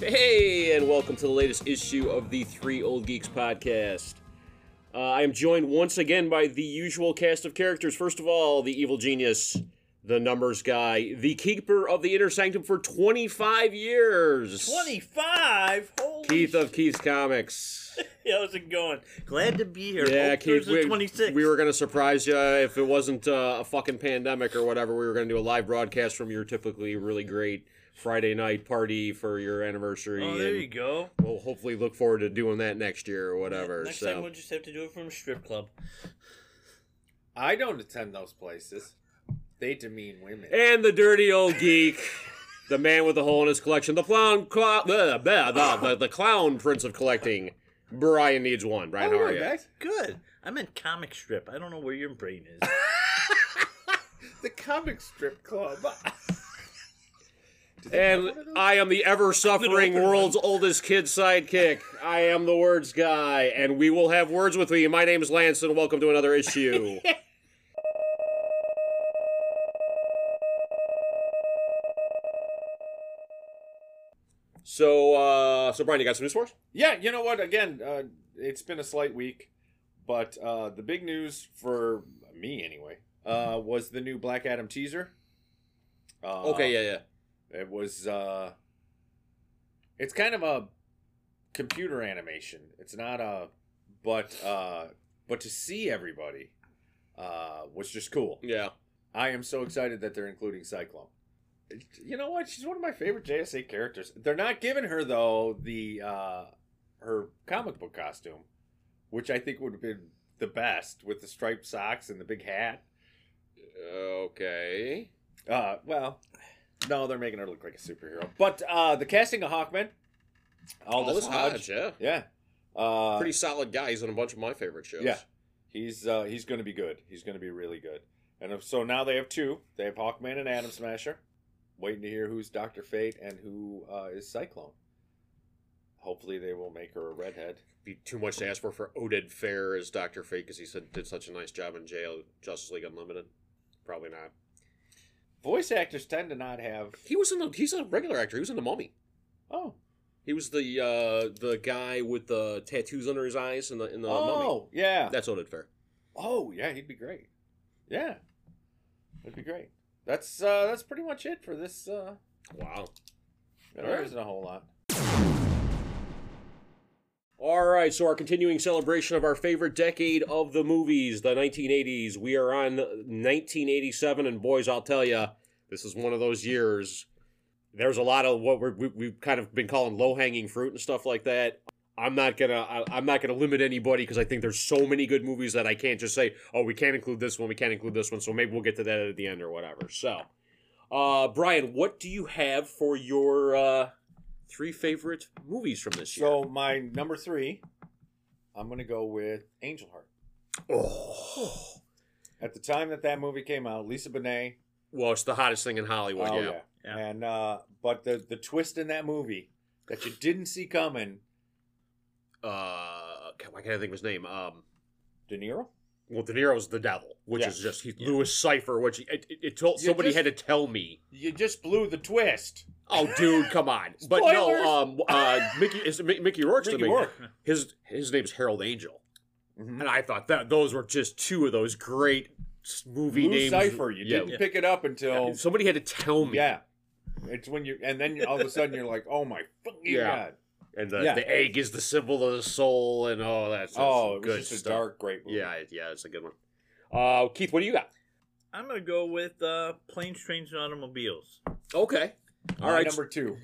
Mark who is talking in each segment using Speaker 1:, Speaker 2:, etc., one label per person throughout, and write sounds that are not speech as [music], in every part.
Speaker 1: Hey, and welcome to the latest issue of the Three Old Geeks podcast. Uh, I am joined once again by the usual cast of characters. First of all, the evil genius, the numbers guy, the keeper of the inner sanctum for 25 years.
Speaker 2: 25? Holy
Speaker 1: Keith of Keith's Comics.
Speaker 2: shit, how's it going? Glad to be here.
Speaker 1: Yeah,
Speaker 2: Hope
Speaker 1: Keith,
Speaker 2: there's a
Speaker 1: we,
Speaker 2: 26.
Speaker 1: we were going to surprise you if it wasn't uh, a fucking pandemic or whatever. We were going to do a live broadcast from your typically really great Friday night party for your anniversary.
Speaker 2: Oh, there
Speaker 1: and-
Speaker 2: you go.
Speaker 1: we'll hopefully look forward to doing that next year or whatever.
Speaker 2: Next
Speaker 1: so
Speaker 2: time we'll just have to do it from a strip club.
Speaker 3: I don't attend those places. They demean women.
Speaker 1: and the dirty old geek, the man with the hole in his collection, the clown, clown the, the, the clown prince of collecting. Brian needs one. Brian,
Speaker 2: Oh,
Speaker 1: how are you?
Speaker 2: Good. I'm in comic strip. I don't know where your brain
Speaker 1: [laughs]
Speaker 2: is. [laughs]
Speaker 3: The comic strip club.
Speaker 1: And I am the ever suffering
Speaker 2: open
Speaker 1: world's oldest kid sidekick. I am the words guy, and we will have words with you. My name is Lance, and welcome to another
Speaker 3: [laughs]
Speaker 1: issue. so, uh, so Brian, you got some news for us?
Speaker 3: [laughs] yeah, you know what? Again, uh, it's been a slight week, but uh, the big news for me anyway uh, was the new Black Adam teaser. Uh,
Speaker 1: yeah, yeah.
Speaker 3: It was. Uh, it's kind of a computer animation. It's not a, but uh, but to see everybody uh, was just cool.
Speaker 1: Yeah.
Speaker 3: I am so excited that they're including Cyclone. You know what? She's one of my favorite JSA characters. They're not giving her though the uh her comic book costume, which I think would have been the best with the striped socks and the big hat.
Speaker 1: Okay.
Speaker 3: Uh well, no, they're making her look like a superhero. But uh the casting of Hawkman, Aldous,
Speaker 1: Aldous
Speaker 3: Hodge,
Speaker 1: Hodge, yeah.
Speaker 3: yeah, uh,
Speaker 1: Pretty solid guy. He's on a bunch of my favorite shows.
Speaker 3: Yeah. he's uh, he's going to be good. He's going to be really good. And if- so now they have two. They have Hawkman and Atom Smasher. Waiting to hear who's Doctor Fate and who uh, is Cyclone. Hopefully they will make her a redhead.
Speaker 1: be too much to ask for for Oded Fair as Doctor Fate because he said, did such a nice job in jail Justice League Unlimited. Probably not.
Speaker 3: Voice actors tend to not have.
Speaker 1: He was in the, he's a regular actor. He was in the Mummy.
Speaker 3: Oh,
Speaker 1: He was the uh, the guy with the tattoos under his eyes in the in the Uh, Mummy.
Speaker 3: oh yeah.
Speaker 1: That's Oded Fair.
Speaker 3: Oh yeah, he'd be great. Yeah, that'd be great. That's uh, that's pretty much it for this. Uh,
Speaker 1: Wow.
Speaker 3: there isn't a whole lot.
Speaker 1: All right, so our continuing celebration of our favorite decade of the movies, the 1980s. We are on 1987, and boys, I'll tell you, this is one of those years. There's a lot of what we're, we, we've kind of been calling low hanging fruit and stuff like that. I'm not gonna I, I'm not gonna limit anybody because I think there's so many good movies that I can't just say, oh, we can't include this one, we can't include this one. So maybe we'll get to that at the end or whatever. So, uh, Brian, what do you have for your uh, three favorite movies from this year?
Speaker 3: So my number three, I'm gonna go with Angel Heart.
Speaker 1: Oh.
Speaker 3: At the time that that movie came out, Lisa Bonet
Speaker 1: Well, it's the hottest thing in Hollywood.
Speaker 3: Oh
Speaker 1: yeah.
Speaker 3: yeah.
Speaker 2: Yeah.
Speaker 3: And uh but the the twist in that movie that you didn't see coming,
Speaker 1: Uh, God, why can't I think of his name? Um,
Speaker 3: De Niro.
Speaker 1: well, De Niro's the devil, which
Speaker 3: Yeah.
Speaker 1: is just he,
Speaker 2: Yeah.
Speaker 1: Louis Cipher, which it, it, it told
Speaker 3: You
Speaker 1: somebody
Speaker 3: just-
Speaker 1: had to tell me.
Speaker 3: You just blew the twist.
Speaker 1: Oh,
Speaker 3: [laughs]
Speaker 1: dude, come on! But no,
Speaker 3: Spoilers!
Speaker 1: um, uh, Mickey is Mi- Mickey Rourke's the
Speaker 3: Mickey
Speaker 1: main.
Speaker 3: Rourke.
Speaker 1: His his name's Harold Angel,
Speaker 3: Mhm.
Speaker 1: and I thought that those were just two of those great s- movie
Speaker 3: Lou
Speaker 1: names.
Speaker 3: Cipher. You
Speaker 1: yeah.
Speaker 3: didn't pick it up until
Speaker 1: Somebody had to tell me.
Speaker 3: yeah. It's when you and then you, all of a sudden you're like, oh my fucking
Speaker 1: Yeah.
Speaker 3: god.
Speaker 1: And the,
Speaker 3: Yeah.
Speaker 1: the egg is the symbol of the soul, and all that's that's
Speaker 3: Oh, it
Speaker 1: good
Speaker 3: was just
Speaker 1: stuff.
Speaker 3: a dark, great movie.
Speaker 1: Yeah, yeah, it's a good one. Uh, Keith, what do you got?
Speaker 2: I'm going to go with uh, Planes, Trains, and Automobiles.
Speaker 1: Okay.
Speaker 3: My
Speaker 1: All
Speaker 2: [laughs]
Speaker 1: right.
Speaker 3: number two.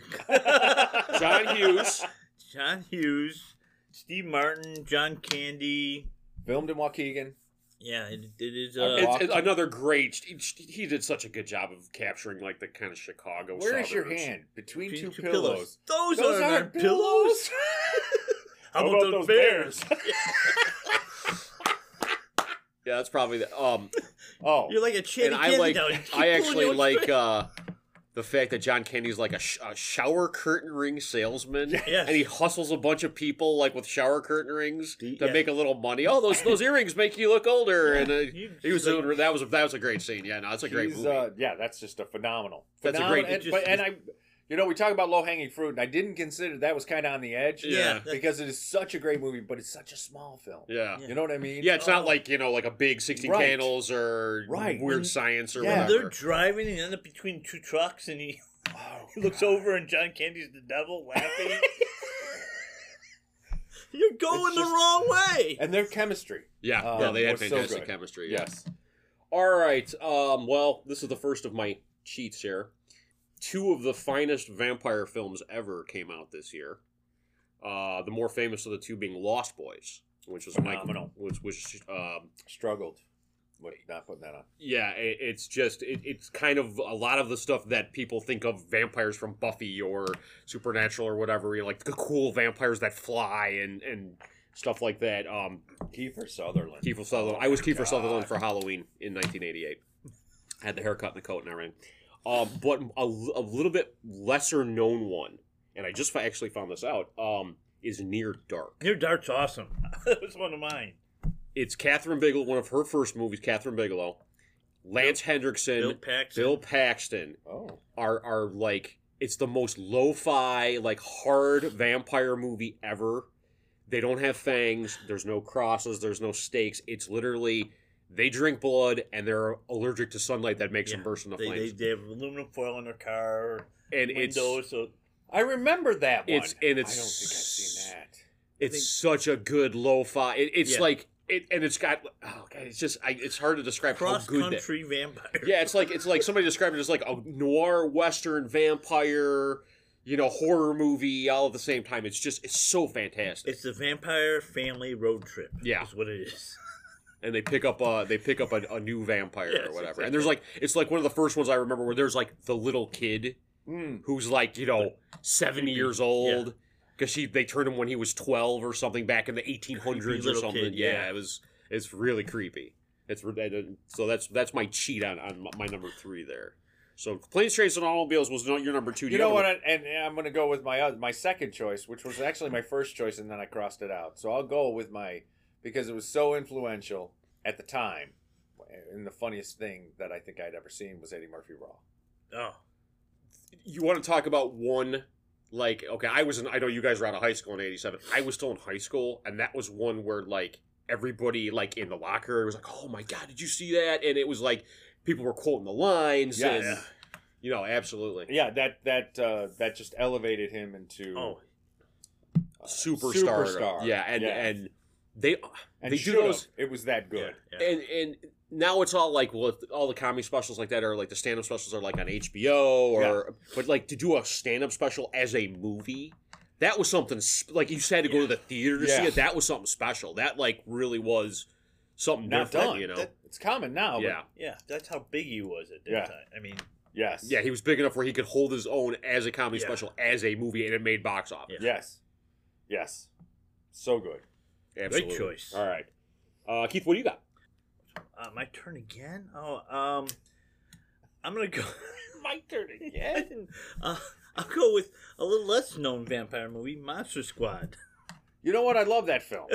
Speaker 1: John Hughes.
Speaker 2: John Hughes, Steve Martin, John Candy.
Speaker 3: Filmed in Waukegan.
Speaker 2: Yeah, it, it is.
Speaker 3: Okay.
Speaker 2: Uh,
Speaker 1: It's, it's another great. He, he did such a good job of capturing like the kind of Chicago.
Speaker 3: Where is your
Speaker 1: suburbs.
Speaker 3: hand? Between,
Speaker 2: between
Speaker 3: two, pillows.
Speaker 2: Those,
Speaker 3: Those
Speaker 2: are
Speaker 1: [laughs]
Speaker 3: aren't pillows.
Speaker 2: How about, those bears?
Speaker 1: Yeah, that's probably the. Um,
Speaker 3: [laughs] oh,
Speaker 2: You're like a chatty
Speaker 1: and I
Speaker 2: Cathy
Speaker 1: like.
Speaker 2: down. You keep
Speaker 1: I
Speaker 2: pulling
Speaker 1: actually
Speaker 2: your
Speaker 1: like
Speaker 2: string.
Speaker 1: uh, the fact that John Candy's like a, sh- a shower curtain ring salesman.
Speaker 2: Yes.
Speaker 1: And he hustles a bunch of people like with shower curtain rings to
Speaker 2: The- yeah.
Speaker 1: make a little money. Oh, those those earrings make you look older. And uh,
Speaker 2: You
Speaker 1: he was
Speaker 2: just, like,
Speaker 1: doing- that was a, that was a great scene. Yeah, no, that's a great
Speaker 3: He's,
Speaker 1: movie.
Speaker 3: Uh, yeah, it just a phenomenal.
Speaker 1: That's a great-
Speaker 3: phenomenal- And,
Speaker 2: it
Speaker 3: but,
Speaker 2: just-
Speaker 3: and I, You know, we talk about low hanging fruit, and I didn't consider that was kind of on the edge
Speaker 1: Yeah.
Speaker 2: that-
Speaker 3: because it is such a great movie, but it's such a small film.
Speaker 1: Yeah.
Speaker 3: You know what I mean?
Speaker 1: Yeah, it's not
Speaker 2: Oh.
Speaker 1: like you know, like a big sixteen
Speaker 3: Right.
Speaker 1: candles or
Speaker 3: Right.
Speaker 1: weird
Speaker 2: Mm.
Speaker 1: science or
Speaker 3: Yeah.
Speaker 2: when they're
Speaker 1: whatever.
Speaker 2: driving and end up between two trucks, and he,
Speaker 3: Oh,
Speaker 2: he looks
Speaker 3: God.
Speaker 2: over and John Candy's the devil laughing.
Speaker 1: [laughs]
Speaker 2: You're going
Speaker 3: It's
Speaker 2: the
Speaker 3: just-
Speaker 2: wrong way.
Speaker 3: and their chemistry.
Speaker 1: Yeah,
Speaker 3: Um,
Speaker 1: no, they had
Speaker 3: was so
Speaker 1: fantastic
Speaker 3: good.
Speaker 1: chemistry. yeah.
Speaker 3: Yes.
Speaker 1: All right. Um, well, this is the first of my cheats here. Two of the finest vampire films ever came out this year. Uh, the more famous of the two being Lost Boys, which is Mike,
Speaker 2: Phenomenal.
Speaker 1: which which um,
Speaker 3: Struggled with not putting that on.
Speaker 1: yeah, it, it's just it, it's kind of a lot of the stuff that people think of vampires from Buffy or Supernatural or whatever, you know, like the cool vampires that fly and and stuff like that. Um,
Speaker 3: Kiefer Sutherland.
Speaker 1: Kiefer Sutherland. I was
Speaker 3: my
Speaker 1: Kiefer
Speaker 3: God.
Speaker 1: Sutherland for Halloween in 1988. I had the haircut and the coat and everything. Um, but a, l- a little bit lesser known one, and I just fi- actually found this out, um, is Near Dark.
Speaker 2: Your dart's awesome. [laughs] that was one of mine.
Speaker 1: It's Catherine Bigelow, one of her first movies, Catherine Bigelow. Lance Hendrickson,
Speaker 2: Bill
Speaker 1: Bill,
Speaker 2: Paxton.
Speaker 1: Paxton
Speaker 3: Oh.
Speaker 1: are, are like, it's the most lo fi, like hard vampire movie ever. They don't have fangs. There's no crosses. There's no stakes. It's literally they drink blood and they're allergic to sunlight that makes them
Speaker 2: Yeah,
Speaker 1: burst into
Speaker 2: They, they,
Speaker 1: flames.
Speaker 2: they have aluminum foil in their car,
Speaker 1: and it's
Speaker 2: windows. So
Speaker 3: I remember that one.
Speaker 1: It's- and it's-
Speaker 3: I don't think I've seen that.
Speaker 1: it's
Speaker 2: think-
Speaker 1: such a good lo-fi. It, it's
Speaker 2: Yeah.
Speaker 1: like it, and it's got oh god, it's just I, it's hard to describe how
Speaker 2: cross
Speaker 1: good that.
Speaker 2: country vampire.
Speaker 1: Yeah, it's like it's like somebody described it as like a noir western vampire, you know, horror movie all at the same time. It's just it's so fantastic.
Speaker 2: [laughs] It's the vampire family road trip.
Speaker 1: Yeah.
Speaker 2: is what it is. [laughs]
Speaker 1: and they pick up uh they pick up a, a new vampire
Speaker 2: Yes,
Speaker 1: or whatever. And there's like it's like one of the first ones I remember where there's like the little kid
Speaker 3: Mm.
Speaker 1: who's like you know 70
Speaker 2: creepy.
Speaker 1: years old because she they turned him when he was 12 or something back in the 1800s or
Speaker 2: little
Speaker 1: something
Speaker 2: kid,
Speaker 1: yeah,
Speaker 2: yeah.
Speaker 1: it was it's really creepy it's re- that- that- so that's that's my cheat on, on my number three there so planes trains and automobiles was not your number two Do
Speaker 3: You know
Speaker 1: have
Speaker 3: what?
Speaker 1: a-
Speaker 3: I, and and I'm going to go with my oth- my second choice, which was actually my first choice, and then I crossed it out. So I'll go with my because it was so influential at the time. And the funniest thing that I think I'd ever seen was Eddie Murphy Raw.
Speaker 2: Oh,
Speaker 1: you want to talk about one like okay i was in i know you guys were out of high school in 87 i was still in high school and that was one where like everybody like in the locker was like oh my god did you see that and it was like people were quoting the lines
Speaker 3: Yeah,
Speaker 1: and,
Speaker 2: yeah.
Speaker 1: you know absolutely
Speaker 3: Yeah, that that uh, that just elevated him into
Speaker 2: oh,
Speaker 3: uh,
Speaker 1: superstar. Yeah, and
Speaker 3: Yeah.
Speaker 1: and they
Speaker 3: and
Speaker 1: they
Speaker 3: they
Speaker 1: do those-
Speaker 3: It was that good.
Speaker 2: Yeah, yeah.
Speaker 1: and and now it's all like well all the comedy specials like that are like the stand up specials are like on HBO or but like to do a stand up special as a movie that was something sp- like you just had to go to the theater to see
Speaker 3: Yeah.
Speaker 1: it that was something special that like really was something
Speaker 3: Not
Speaker 1: different
Speaker 3: done.
Speaker 1: you know
Speaker 3: That- it's common now. but-
Speaker 1: yeah
Speaker 2: yeah, that's how big he was at that
Speaker 3: Yeah.
Speaker 2: time. I mean,
Speaker 3: yes.
Speaker 1: yeah he was big enough where he could hold his own as a comedy
Speaker 2: Yeah.
Speaker 1: special as a movie and it made box office
Speaker 3: Yes. Yes. So good.
Speaker 1: absolutely
Speaker 2: great choice.
Speaker 3: All right.
Speaker 1: uh, Keith what do you got
Speaker 2: Uh, my turn again. Oh, um, I'm gonna go. [laughs] my turn again. [laughs] uh, I'll go with a little less known vampire movie, Monster Squad.
Speaker 3: You know what? I love
Speaker 1: [laughs]
Speaker 3: that film.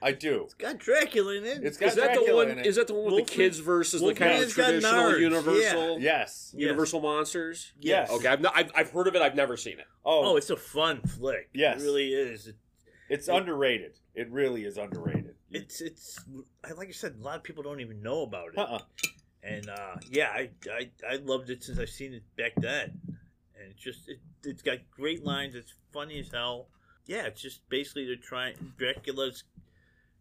Speaker 3: I do.
Speaker 2: It's got Dracula in it.
Speaker 3: It's got
Speaker 1: is that the
Speaker 3: Dracula
Speaker 1: one?
Speaker 3: in it.
Speaker 1: Is that the one with the
Speaker 2: Wolfman-
Speaker 1: kids versus the kind of
Speaker 2: Wolfman's got
Speaker 1: traditional
Speaker 2: nards,
Speaker 1: Universal
Speaker 3: yes.
Speaker 2: Yeah.
Speaker 1: Universal monsters?
Speaker 3: Yes.
Speaker 1: Okay, I've, not, I've I've heard of it. I've never seen it.
Speaker 2: Oh,
Speaker 3: Oh,
Speaker 2: it's a fun flick.
Speaker 3: Yes.
Speaker 2: it really is. It-
Speaker 3: it's underrated. It really is
Speaker 1: [laughs]
Speaker 3: underrated.
Speaker 2: It's it's I like I said, a lot of people don't even know about it.
Speaker 3: [laughs] Uh-uh.
Speaker 2: and uh, yeah, I, I I loved it since I've seen it back then, and it's just it it's got great lines. It's funny as hell. Yeah, it's just basically they're trying Dracula's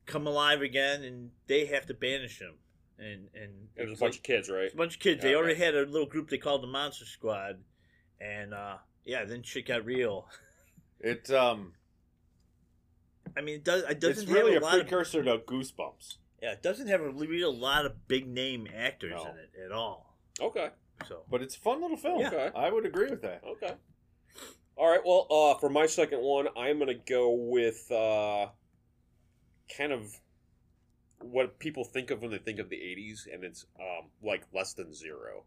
Speaker 2: come alive again, and they have to banish him, and and
Speaker 1: It was a bunch of kids, right?
Speaker 2: it's a bunch of kids. They
Speaker 3: Yeah,
Speaker 2: already had a little group they called the Monster Squad, and uh, yeah, then shit got real.
Speaker 3: It um.
Speaker 2: I mean, it does it doesn't
Speaker 3: it's really
Speaker 2: have
Speaker 3: a,
Speaker 2: a, lot of
Speaker 3: precursor to Goosebumps.
Speaker 2: yeah, it doesn't have a really a lot of big name actors
Speaker 3: No.
Speaker 2: in it at all.
Speaker 1: Okay,
Speaker 2: So
Speaker 3: But it's a fun little film.
Speaker 1: Yeah. Okay.
Speaker 3: I would agree with that.
Speaker 1: okay. All right. Well, uh, for my second one, I'm gonna go with uh, kind of what people think of when they think of the '80s, and it's um, like less than zero.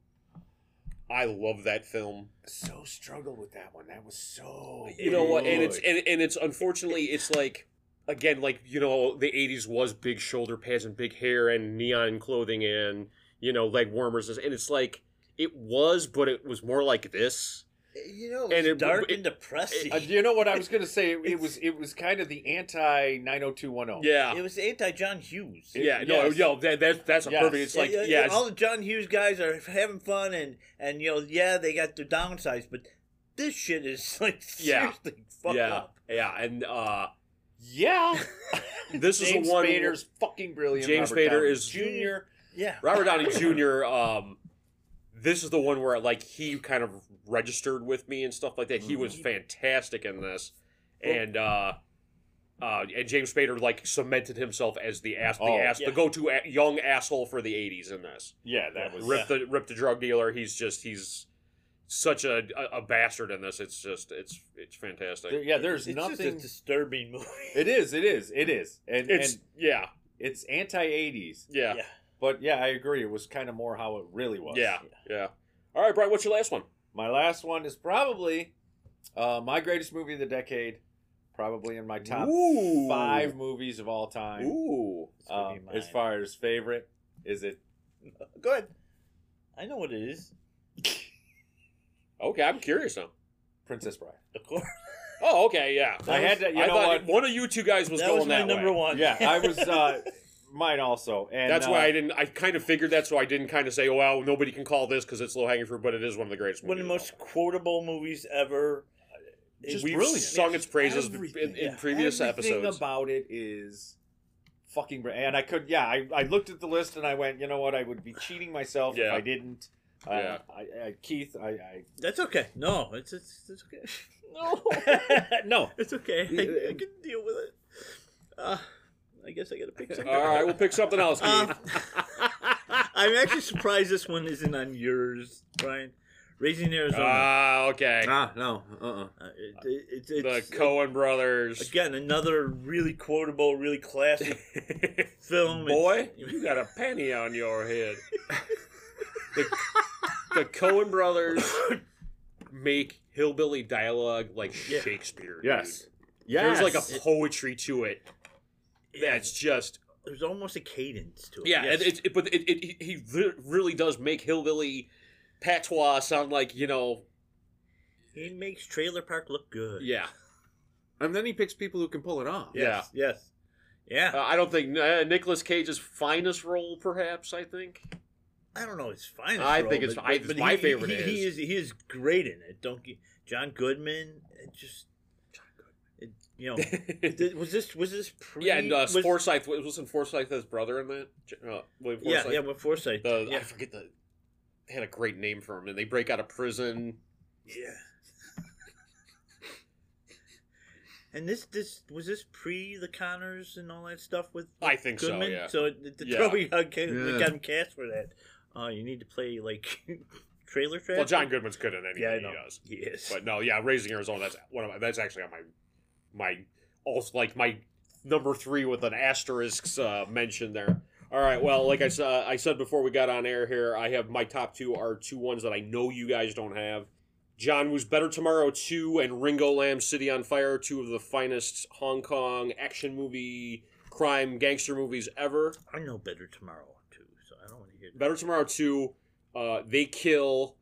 Speaker 1: I love that film.
Speaker 3: So struggled with that one. That was so.
Speaker 1: you know what and it's
Speaker 3: good.
Speaker 1: and, and it's unfortunately it's like again like you know the 80s was big shoulder pads and big hair and neon clothing and you know leg warmers and it's like it was but it was more like this
Speaker 2: You know,
Speaker 1: And
Speaker 2: it's
Speaker 1: it-
Speaker 2: dark
Speaker 1: it-
Speaker 2: and depressing.
Speaker 3: Uh,
Speaker 2: It,
Speaker 3: you know what I was going to say? It, it was it was kind of the anti 90210.
Speaker 1: Yeah.
Speaker 2: was anti John Hughes.
Speaker 3: It-
Speaker 1: yeah. No.
Speaker 3: yes.
Speaker 1: Yo. That, that that's a
Speaker 3: Yes.
Speaker 1: perfect. It's like
Speaker 2: Yeah,
Speaker 1: yeah.
Speaker 2: yeah, yeah, all the John Hughes guys are having fun, and and you know, yeah, they got their downsides, but this shit is [laughs] like
Speaker 1: Yeah.
Speaker 2: seriously fucked
Speaker 1: yeah.
Speaker 2: up.
Speaker 1: Yeah. And uh,
Speaker 3: Yeah.
Speaker 1: this is the
Speaker 3: James
Speaker 1: one.
Speaker 3: Spader's fucking brilliant.
Speaker 1: James
Speaker 3: Robert
Speaker 1: Spader
Speaker 3: Downey
Speaker 1: is-
Speaker 3: Jr.
Speaker 2: Yeah,
Speaker 1: Robert Downey Jr. Um, this is the one where like he kind of registered with me and stuff like that. He was
Speaker 2: Mhm.
Speaker 1: fantastic in this, and uh, uh, and James Spader like cemented himself as the ass, the
Speaker 3: Oh,
Speaker 1: ass,
Speaker 2: yeah.
Speaker 1: the go-to a- young asshole for the '80s in this.
Speaker 3: Yeah, that was.
Speaker 1: Rip the rip the drug dealer. He's just he's such a a, a bastard in this. It's just it's it's fantastic.
Speaker 3: there- yeah, there's
Speaker 2: it's just a
Speaker 3: nothing.
Speaker 2: disturbing movie.
Speaker 3: It is. It is. It is. And
Speaker 1: it's
Speaker 3: and
Speaker 1: yeah,
Speaker 3: it's anti 80s.
Speaker 2: [laughs]
Speaker 1: yeah, yeah,
Speaker 3: But yeah, I agree. It was kind of more how it really was.
Speaker 1: yeah, All right, Brian, what's your last one?
Speaker 3: My last one is probably uh, my greatest movie of the decade. Probably in my top
Speaker 1: Ooh.
Speaker 3: five movies of all time.
Speaker 1: Ooh,
Speaker 2: It's gonna
Speaker 3: Um,
Speaker 2: be
Speaker 3: as
Speaker 2: mine.
Speaker 3: far as favorite, is it?
Speaker 2: Go ahead. I know what it is.
Speaker 1: okay, I'm curious now.
Speaker 3: Princess Bride.
Speaker 2: Of course,
Speaker 1: Oh, okay, yeah.
Speaker 3: I had to. You
Speaker 1: I
Speaker 3: know
Speaker 1: thought
Speaker 3: what?
Speaker 1: one of you two guys was
Speaker 2: that
Speaker 1: going
Speaker 2: was my
Speaker 1: that
Speaker 2: number
Speaker 1: way.
Speaker 2: one.
Speaker 3: Yeah,
Speaker 1: [laughs]
Speaker 3: I
Speaker 2: [laughs]
Speaker 3: was. Uh, mine also. And
Speaker 1: That's
Speaker 3: uh,
Speaker 1: why I didn't. I kind of figured that, so I didn't kind of say, "Well, nobody can call this because it's low hanging fruit," but it is one of the greatest.
Speaker 2: one of the
Speaker 1: movies
Speaker 2: most quotable movies ever.
Speaker 1: Just
Speaker 2: We've
Speaker 1: brilliant. sung its praises
Speaker 3: Everything.
Speaker 1: in- in previous
Speaker 3: Everything
Speaker 1: episodes.
Speaker 3: about it is fucking. br- And I could. Yeah, I, I looked at the list and I went. You know what? I would be cheating myself if
Speaker 1: Yeah.
Speaker 3: I didn't. Uh,
Speaker 1: Yeah.
Speaker 3: I, I, Keith, I, I
Speaker 2: That's okay. No, it's it's, it's
Speaker 1: [laughs]
Speaker 2: okay.
Speaker 3: No. no.
Speaker 2: It's okay.
Speaker 3: Yeah.
Speaker 2: I, I can deal with it. Uh, I guess I gotta
Speaker 1: [laughs]
Speaker 2: pick something.
Speaker 1: All right, we'll pick something else. Keith.
Speaker 2: Uh, [laughs] I'm actually surprised this one isn't on yours, Brian. Raising Arizona.
Speaker 1: Ah, okay.
Speaker 3: Ah, no. Uh-uh.
Speaker 2: Uh, it, it, it,
Speaker 1: The
Speaker 2: it's
Speaker 1: Cohen brothers.
Speaker 2: again another really quotable,
Speaker 1: [laughs]
Speaker 2: really classic film. [laughs]
Speaker 1: Boy,
Speaker 2: It's-
Speaker 1: you got a penny on your
Speaker 2: [laughs]
Speaker 1: head. the, the Cohen brothers make hillbilly dialogue like
Speaker 2: Yeah.
Speaker 1: Shakespeare. dude.
Speaker 3: Yes.
Speaker 1: There's
Speaker 3: Yes.
Speaker 1: like a poetry to it that's just
Speaker 2: there's almost a cadence to it.
Speaker 1: yeah.
Speaker 2: Yes.
Speaker 1: And it, it, but it, it, he- he re- really does make hillbilly patois sound like you know
Speaker 2: he makes Trailer Park look good. [laughs]
Speaker 1: yeah.
Speaker 3: and then he picks people who can pull it off.
Speaker 2: Yes. Yes. Yeah.
Speaker 1: Uh, I don't think uh, Nicolas Cage's finest role, perhaps. I think.
Speaker 2: I don't know. It's fine.
Speaker 1: I think it's- I- it's my favorite
Speaker 2: He,
Speaker 1: it
Speaker 2: he
Speaker 1: is.
Speaker 2: is he is great in it. Don't get, John Goodman. It just it, you know
Speaker 1: [laughs]
Speaker 2: [laughs]
Speaker 1: yeah,
Speaker 2: Th- was this was this pre?
Speaker 1: and uh,
Speaker 2: was-
Speaker 1: Forsyth wasn't Forsyth his brother in that. J- Uh, William
Speaker 2: Yeah,
Speaker 1: Forsyth.
Speaker 2: yeah, with Forsyth.
Speaker 1: The, I [laughs]
Speaker 2: yeah,
Speaker 1: forget the. They had a great name for him, and they break out of prison.
Speaker 2: yeah. And this this was this pre the Connors and all that stuff with
Speaker 1: I think so.
Speaker 2: Goodman.
Speaker 1: Yeah.
Speaker 2: So it, the
Speaker 1: Yeah.
Speaker 2: [laughs] Toby got
Speaker 3: Yeah.
Speaker 2: got him cast for that. Uh, you need to play like [laughs] trailer trash.
Speaker 1: Well, John Goodman's good in anything
Speaker 2: Yeah, I know.
Speaker 1: he does.
Speaker 2: Yes.
Speaker 1: But no, yeah, Raising Arizona. That's one of my, that's actually on my my also like my number three with an asterisk uh, mention there. All right, well, like I said, I said before we got on air here, I have my top two are two ones that I know you guys don't have. John Woo's Better Tomorrow 2 and Ringo Lamb's City on Fire, two of the finest Hong Kong action movie, crime, gangster movies ever.
Speaker 2: I know better tomorrow too, so I don't want to hear that.
Speaker 1: Better Tomorrow 2, uh, they kill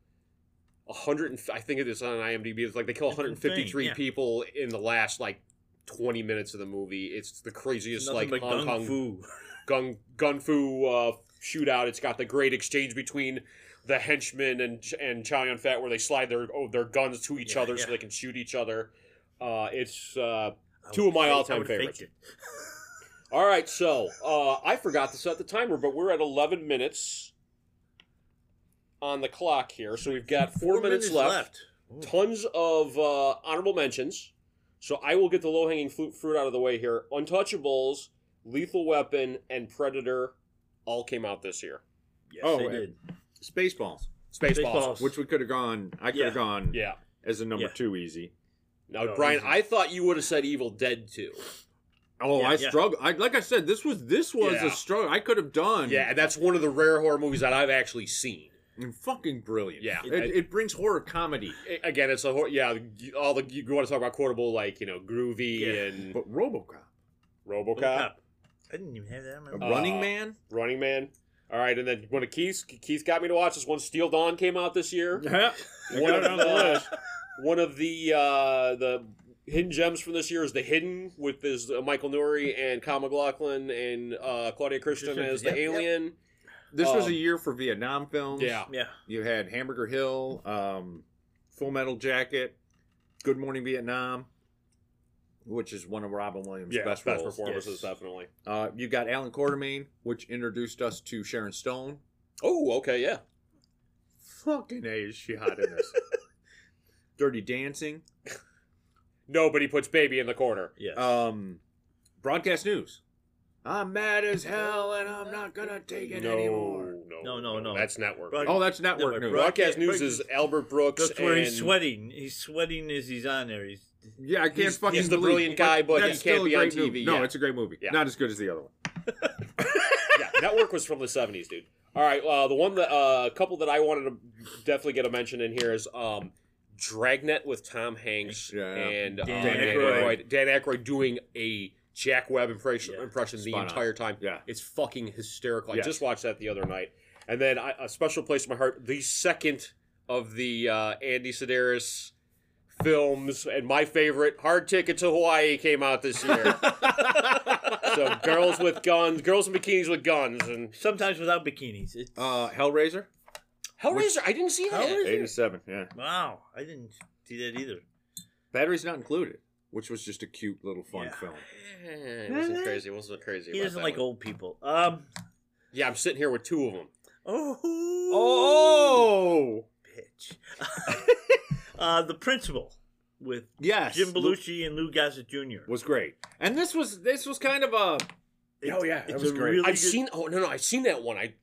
Speaker 1: 100 and, I think it's on IMDb, it's like they kill
Speaker 2: That's insane,
Speaker 1: 153
Speaker 2: yeah.
Speaker 1: people in the last like 20 minutes of the movie. It's the craziest
Speaker 2: Nothing
Speaker 1: like
Speaker 2: but
Speaker 1: Hong
Speaker 2: gung
Speaker 1: Kong [laughs]
Speaker 2: fu.
Speaker 1: gun gun fu uh, shootout. It's got the great exchange between the henchmen and and Chow Yun Fat where they slide their oh, their guns to each
Speaker 2: Yeah,
Speaker 1: other
Speaker 2: yeah.
Speaker 1: so they can shoot each other. Uh, it's uh,
Speaker 2: I
Speaker 1: Two
Speaker 2: would
Speaker 1: of my
Speaker 2: fake-
Speaker 1: all-time
Speaker 2: I would have
Speaker 1: favorites.
Speaker 2: faked it.
Speaker 1: all right. So uh, I forgot to set the timer, but we're at eleven minutes on the clock here, so we've got four, minutes, left.
Speaker 2: left. Ooh.
Speaker 1: tons of uh, honorable mentions. So I will get the low hanging fruit, fruit out of the way here. Untouchables, Lethal Weapon, and Predator all came out this year.
Speaker 2: Yes,
Speaker 3: Oh,
Speaker 2: they
Speaker 3: wait.
Speaker 2: did.
Speaker 3: Spaceballs,
Speaker 1: Spaceballs.
Speaker 2: Spaceballs.
Speaker 3: which we could have gone. I could
Speaker 2: Yeah.
Speaker 3: have gone
Speaker 1: Yeah.
Speaker 3: as a number
Speaker 2: Yeah.
Speaker 3: two easy.
Speaker 1: Now,
Speaker 2: No,
Speaker 1: Brian,
Speaker 2: Oh, easy.
Speaker 1: I thought you would have said Evil Dead too.
Speaker 3: Oh,
Speaker 2: Yeah,
Speaker 3: I
Speaker 2: yeah.
Speaker 3: struggle. I like I said, this was this was
Speaker 1: Yeah.
Speaker 3: a struggle. I could have
Speaker 2: Um,
Speaker 3: done.
Speaker 1: Yeah, and that's one of the rare horror movies that I've actually seen.
Speaker 3: and fucking brilliant.
Speaker 1: Yeah.
Speaker 3: it, it brings horror comedy.
Speaker 1: I- again, it's a hor- yeah. you- All the you want to talk about quotable like you know groovy
Speaker 2: Yeah.
Speaker 1: and
Speaker 3: But RoboCop,
Speaker 1: RoboCop,
Speaker 2: Up. I didn't even have that on my
Speaker 1: Uh,
Speaker 3: Running Man.
Speaker 1: Running Man. All right, and then one of Keith's Keith got me to watch this one. Steel Dawn came out this year.
Speaker 3: Yeah,
Speaker 1: One of the one of the uh, the hidden gems from this year is the hidden with this uh, Michael Nouri and Kyle McLaughlin and uh, Claudia Christian
Speaker 2: Christian,
Speaker 1: as the
Speaker 3: yep, yep.
Speaker 1: alien.
Speaker 3: This was
Speaker 1: Um,
Speaker 3: a year for Vietnam films.
Speaker 1: Yeah.
Speaker 2: Yeah.
Speaker 3: You had Hamburger Hill, um, Full Metal Jacket, Good Morning Vietnam, which is one of Robin Williams'
Speaker 1: Yeah,
Speaker 3: best,
Speaker 1: best,
Speaker 3: roles.
Speaker 1: performances
Speaker 2: yes.
Speaker 1: definitely.
Speaker 3: Uh, you got Alan Quartermain, which introduced us to Sharon Stone.
Speaker 1: Oh, okay, yeah.
Speaker 3: Fucking A is she hot
Speaker 1: [laughs]
Speaker 3: in this. Dirty Dancing.
Speaker 1: Nobody puts baby in the corner.
Speaker 2: Yeah.
Speaker 3: Um, broadcast news. I'm mad as hell and I'm not gonna take it anymore.
Speaker 2: No, no, no.
Speaker 1: That's network.
Speaker 2: Broad-
Speaker 1: Oh,
Speaker 3: Oh, that's network
Speaker 2: Network
Speaker 3: news.
Speaker 2: broad-
Speaker 1: broadcast news is Albert Brooks.
Speaker 2: That's where
Speaker 1: and
Speaker 2: he's sweating. He's sweating as he's on there.
Speaker 1: [laughs]
Speaker 2: He's
Speaker 3: Yeah, I can't
Speaker 2: He's-
Speaker 3: fucking.
Speaker 1: he's the
Speaker 3: believe-
Speaker 1: brilliant guy, but
Speaker 3: that's
Speaker 1: he can't
Speaker 3: still a
Speaker 1: be on
Speaker 3: great
Speaker 1: TV
Speaker 3: movie. No,
Speaker 1: yet.
Speaker 3: it's a great movie.
Speaker 1: Yeah.
Speaker 3: Not as good as the other one.
Speaker 1: yeah, network was from the seventies, dude. All right, uh, the one that uh, a couple that I wanted to definitely get a mention in here is um, Dragnet with Tom Hanks
Speaker 3: Yeah.
Speaker 1: and uh,
Speaker 2: Dan
Speaker 1: Dan,
Speaker 2: Aykroyd.
Speaker 1: Aykroyd. Dan Aykroyd doing a Jack Webb impression,
Speaker 2: Yeah.
Speaker 1: impression the
Speaker 3: Spot on.
Speaker 1: entire time.
Speaker 3: Yeah.
Speaker 1: It's fucking hysterical.
Speaker 3: Yes.
Speaker 1: I just watched that the other night, and then I, a special place in my heart. The second of the uh, Andy Sedaris films, and my favorite, Hard Ticket to Hawaii, came out this
Speaker 3: [laughs]
Speaker 1: year. so girls with guns, girls in bikinis with guns, and
Speaker 2: sometimes without bikinis. It's,
Speaker 3: Uh, Hellraiser.
Speaker 1: Hellraiser. I didn't see that.
Speaker 2: Hellraiser?
Speaker 3: [laughs] Eighty-seven. Yeah.
Speaker 2: wow, I didn't see that either.
Speaker 3: Batteries not included, which was just a cute little fun
Speaker 2: Yeah.
Speaker 3: film.
Speaker 1: Eh, It wasn't crazy. It wasn't crazy.
Speaker 2: He
Speaker 1: about
Speaker 2: doesn't
Speaker 1: that
Speaker 2: like
Speaker 1: one.
Speaker 2: old people. Um.
Speaker 1: Yeah, I'm sitting here with two of them.
Speaker 2: Oh.
Speaker 3: Oh
Speaker 1: [laughs]
Speaker 2: Bitch. uh, the principal with
Speaker 3: yes,
Speaker 2: Jim Belushi and Lou Gossett Jr.
Speaker 3: was great, and this was this was kind of a
Speaker 2: It's-
Speaker 3: Oh, yeah, that
Speaker 2: it's
Speaker 3: was
Speaker 2: a
Speaker 3: great.
Speaker 2: really
Speaker 1: I've
Speaker 2: good-
Speaker 1: seen. Oh no, no, I've seen that one. I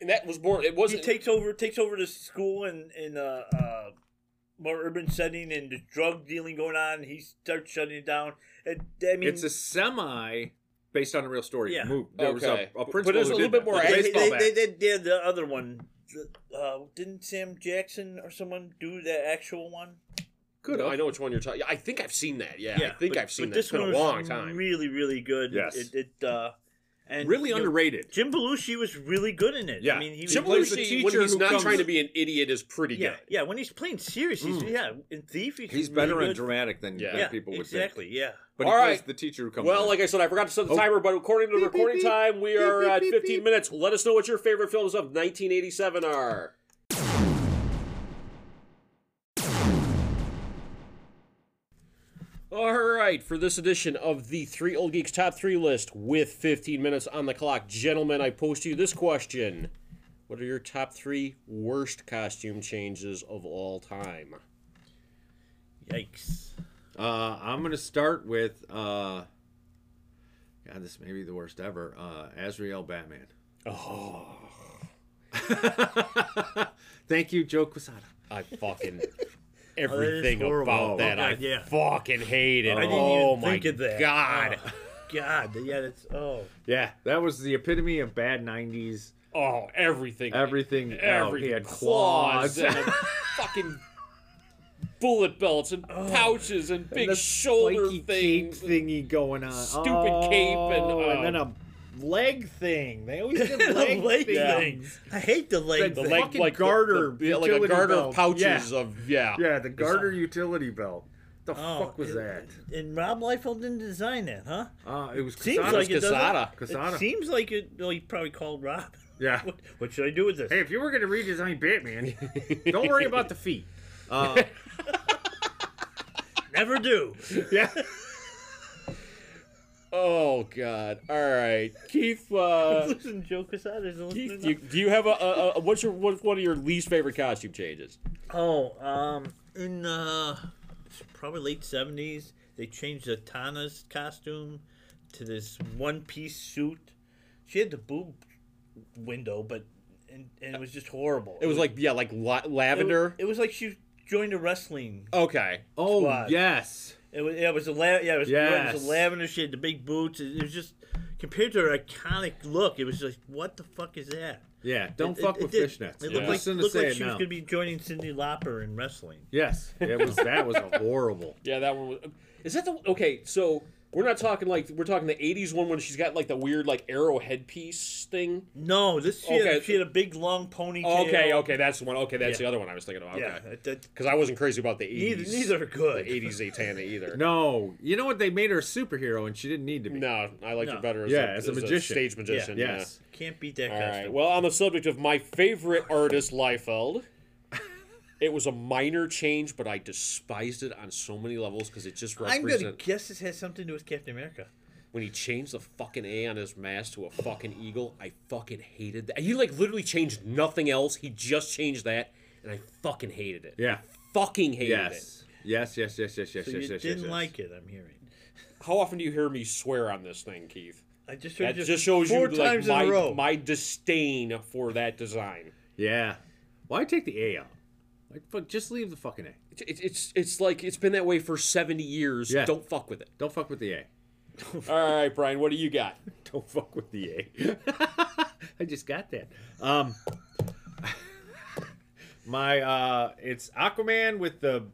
Speaker 1: and that was born. It
Speaker 2: He
Speaker 1: wasn't.
Speaker 2: takes over takes over the school in in a uh, more urban setting and the drug dealing going on. He starts shutting it down. And, I mean,
Speaker 3: it's a semi based on a real story.
Speaker 2: Yeah.
Speaker 3: Move. There was a,
Speaker 1: Okay.
Speaker 3: a
Speaker 1: But
Speaker 3: principal.
Speaker 1: there's
Speaker 3: who
Speaker 1: a
Speaker 3: did
Speaker 1: little bit more
Speaker 3: that. The
Speaker 2: they,
Speaker 1: action.
Speaker 3: baseball
Speaker 2: they,
Speaker 3: bat.
Speaker 2: they, they did the other one. Uh, didn't Sam Jackson or someone do the actual one?
Speaker 3: Good.
Speaker 1: I know which one you're talking. I think I've seen that. Yeah, I think
Speaker 2: but-
Speaker 1: I've seen
Speaker 2: but
Speaker 1: that. It's been a
Speaker 2: one was
Speaker 1: long time.
Speaker 2: Really, really good.
Speaker 3: Yes.
Speaker 2: It, it uh, and
Speaker 3: really
Speaker 2: you know,
Speaker 3: underrated.
Speaker 2: Jim Belushi was really good in it.
Speaker 3: Yeah.
Speaker 2: I mean, he was
Speaker 1: Jim
Speaker 3: plays the
Speaker 1: Belushi,
Speaker 3: teacher
Speaker 1: when he's
Speaker 3: who
Speaker 1: not
Speaker 3: comes-
Speaker 1: trying to be an idiot, is pretty
Speaker 2: yeah,
Speaker 1: good.
Speaker 2: yeah. When he's playing serious, he's
Speaker 3: Mm.
Speaker 2: yeah. In Thief, he's,
Speaker 3: He's
Speaker 2: really
Speaker 3: better on
Speaker 2: good.
Speaker 3: dramatic than,
Speaker 1: Yeah.
Speaker 3: than
Speaker 2: Yeah,
Speaker 3: people would
Speaker 2: exactly. Yeah.
Speaker 3: think. But he
Speaker 1: All
Speaker 3: plays
Speaker 1: right.
Speaker 3: the teacher who comes.
Speaker 1: Well,
Speaker 3: in.
Speaker 1: like I said, I forgot to set the
Speaker 3: Oh.
Speaker 1: timer, but according to the
Speaker 3: Beep, beep,
Speaker 1: recording
Speaker 3: beep.
Speaker 1: time, we
Speaker 3: Beep,
Speaker 1: are
Speaker 3: beep,
Speaker 1: at
Speaker 3: beep,
Speaker 1: 15
Speaker 3: beep.
Speaker 1: minutes. Let us know what your favorite films of 1987 are. All right, for this edition of the Three Old Geeks Top 3 list with 15 minutes on the clock, gentlemen, I pose to you this question. What are your top three worst costume changes of all time?
Speaker 2: Yikes.
Speaker 3: Uh, I'm gonna start with uh, God, this may be the worst ever. Uh, Azrael Batman. [laughs]
Speaker 1: Oh,
Speaker 3: Thank you, Joe Quesada.
Speaker 1: I fucking everything
Speaker 2: horrible.
Speaker 1: about that. I
Speaker 2: God, yeah.
Speaker 1: fucking hate it.
Speaker 2: I didn't
Speaker 1: oh
Speaker 2: even
Speaker 1: my
Speaker 2: think of that.
Speaker 1: god.
Speaker 2: Oh, God. Yeah. That's oh.
Speaker 3: Yeah, that was the epitome of bad '90s.
Speaker 1: Oh, everything.
Speaker 3: Everything. oh,
Speaker 1: every
Speaker 3: he had
Speaker 1: claws
Speaker 3: claws.
Speaker 1: and
Speaker 3: [laughs]
Speaker 1: fucking bullet belts and pouches and big
Speaker 3: the
Speaker 1: shoulder
Speaker 3: spiky
Speaker 1: things.
Speaker 3: cape thingy going on.
Speaker 1: Stupid
Speaker 3: oh,
Speaker 1: cape and,
Speaker 3: and
Speaker 1: oh.
Speaker 3: then a leg thing. They always
Speaker 2: [laughs]
Speaker 3: did
Speaker 2: the
Speaker 3: leg,
Speaker 2: leg
Speaker 3: things.
Speaker 2: things. I hate the leg.
Speaker 3: The
Speaker 2: thing.
Speaker 3: leg- fucking garter
Speaker 1: the- the- like a
Speaker 3: utility
Speaker 1: garter
Speaker 3: belt.
Speaker 1: pouches of yeah.
Speaker 3: Yeah, the garter utility belt. The
Speaker 2: Oh,
Speaker 3: fuck was
Speaker 2: it-
Speaker 3: that?
Speaker 2: And Rob Liefeld didn't design that, huh?
Speaker 3: Uh, it was
Speaker 2: Seems
Speaker 3: Kasana.
Speaker 2: like it doesn't-
Speaker 1: Quesada.
Speaker 3: Kasana.
Speaker 2: It seems like it. Well, he probably called Rob. [laughs]
Speaker 3: yeah.
Speaker 2: What, what should I do with this?
Speaker 3: Hey, if you were gonna redesign Batman, don't worry about the feet. Uh,
Speaker 2: Never do.
Speaker 3: [laughs] yeah.
Speaker 1: Oh god. All right, Keith.
Speaker 2: [laughs]
Speaker 1: Uh,
Speaker 2: Listen, Joe Quesada is listening.
Speaker 1: Keith, do you, do you have a, a, a what's your what's one of your least favorite costume changes?
Speaker 2: Oh, um, in uh, it's probably late seventies, they changed the Tana's costume to this one-piece suit. She had the boob window, but and, and it was just horrible.
Speaker 1: It was like yeah, like la-
Speaker 2: it, was-
Speaker 1: lavender.
Speaker 2: It was like she joined a wrestling.
Speaker 1: Okay.
Speaker 3: Oh
Speaker 2: Squad.
Speaker 3: yes.
Speaker 2: It was yeah, it was a la- yeah, it was, yeah, it was
Speaker 3: Yes.
Speaker 2: a lavender. She had the big boots. It, it was just compared to her iconic look, it was like what the fuck is that?
Speaker 3: Yeah. Don't
Speaker 2: It-
Speaker 3: fuck
Speaker 2: it-
Speaker 3: with
Speaker 2: it did-
Speaker 3: fishnets.
Speaker 2: It
Speaker 3: Yeah.
Speaker 2: looked like,
Speaker 3: Listen to
Speaker 2: looked
Speaker 3: say
Speaker 2: like
Speaker 3: it
Speaker 2: she was
Speaker 3: now.
Speaker 2: going to be joining Cindy Lauper in wrestling.
Speaker 3: Yes. It was. That was a horrible.
Speaker 1: Yeah, that one was. Is that the okay? So We're not talking like we're talking the '80s one when she's got like the weird like arrow headpiece thing.
Speaker 2: No, this she,
Speaker 1: Okay.
Speaker 2: had, she had a big long ponytail.
Speaker 1: Oh, Okay, okay, that's the one. Okay, that's
Speaker 2: Yeah.
Speaker 1: the other one I was thinking of.
Speaker 2: Yeah,
Speaker 1: Okay,
Speaker 2: that, that,
Speaker 1: because I wasn't crazy about the
Speaker 2: neither,
Speaker 1: '80s.
Speaker 2: neither are
Speaker 1: the
Speaker 2: good.
Speaker 1: '80s Zatanna either.
Speaker 3: [laughs] No, you know what? They made her a superhero, and she didn't need to be.
Speaker 1: No, I liked
Speaker 2: No.
Speaker 1: it better as
Speaker 3: Yeah,
Speaker 1: a,
Speaker 3: as a magician.
Speaker 1: stage magician. Yeah.
Speaker 3: Yes.
Speaker 2: Can't beat that
Speaker 1: All right.
Speaker 2: costume.
Speaker 1: Well, on the subject of my favorite artist, Liefeld, it was a minor change, but I despised it on so many levels because it just
Speaker 2: I'm
Speaker 1: represents
Speaker 2: gonna guess this has something to do with Captain America.
Speaker 1: when he changed the fucking A on his mask to a fucking eagle. I fucking hated that. He like literally changed nothing else. He just changed that, and I fucking hated it.
Speaker 3: Yeah.
Speaker 1: Fucking hated it.
Speaker 3: Yes. Yes. Yes. Yes. Yes. Yes.
Speaker 2: So
Speaker 3: yes.
Speaker 2: you
Speaker 3: yes,
Speaker 2: didn't
Speaker 3: yes, yes.
Speaker 2: like it, I'm hearing.
Speaker 1: How often do you hear me swear on this thing, Keith?
Speaker 2: I just heard
Speaker 1: That
Speaker 2: you
Speaker 1: just shows you
Speaker 2: four
Speaker 1: like
Speaker 2: times in a
Speaker 1: my
Speaker 2: row.
Speaker 1: my disdain for that design.
Speaker 3: Yeah. Why take the A out? Like, fuck, just leave the fucking A.
Speaker 1: It's it's it's, it's like it's been that way for seventy years.
Speaker 3: Yeah.
Speaker 1: Don't fuck with it.
Speaker 3: Don't fuck with the A. [laughs]
Speaker 1: All right, Brian, what do you got?
Speaker 3: Don't fuck with the A. [laughs] I just got that. Um, [laughs] my uh, it's Aquaman with the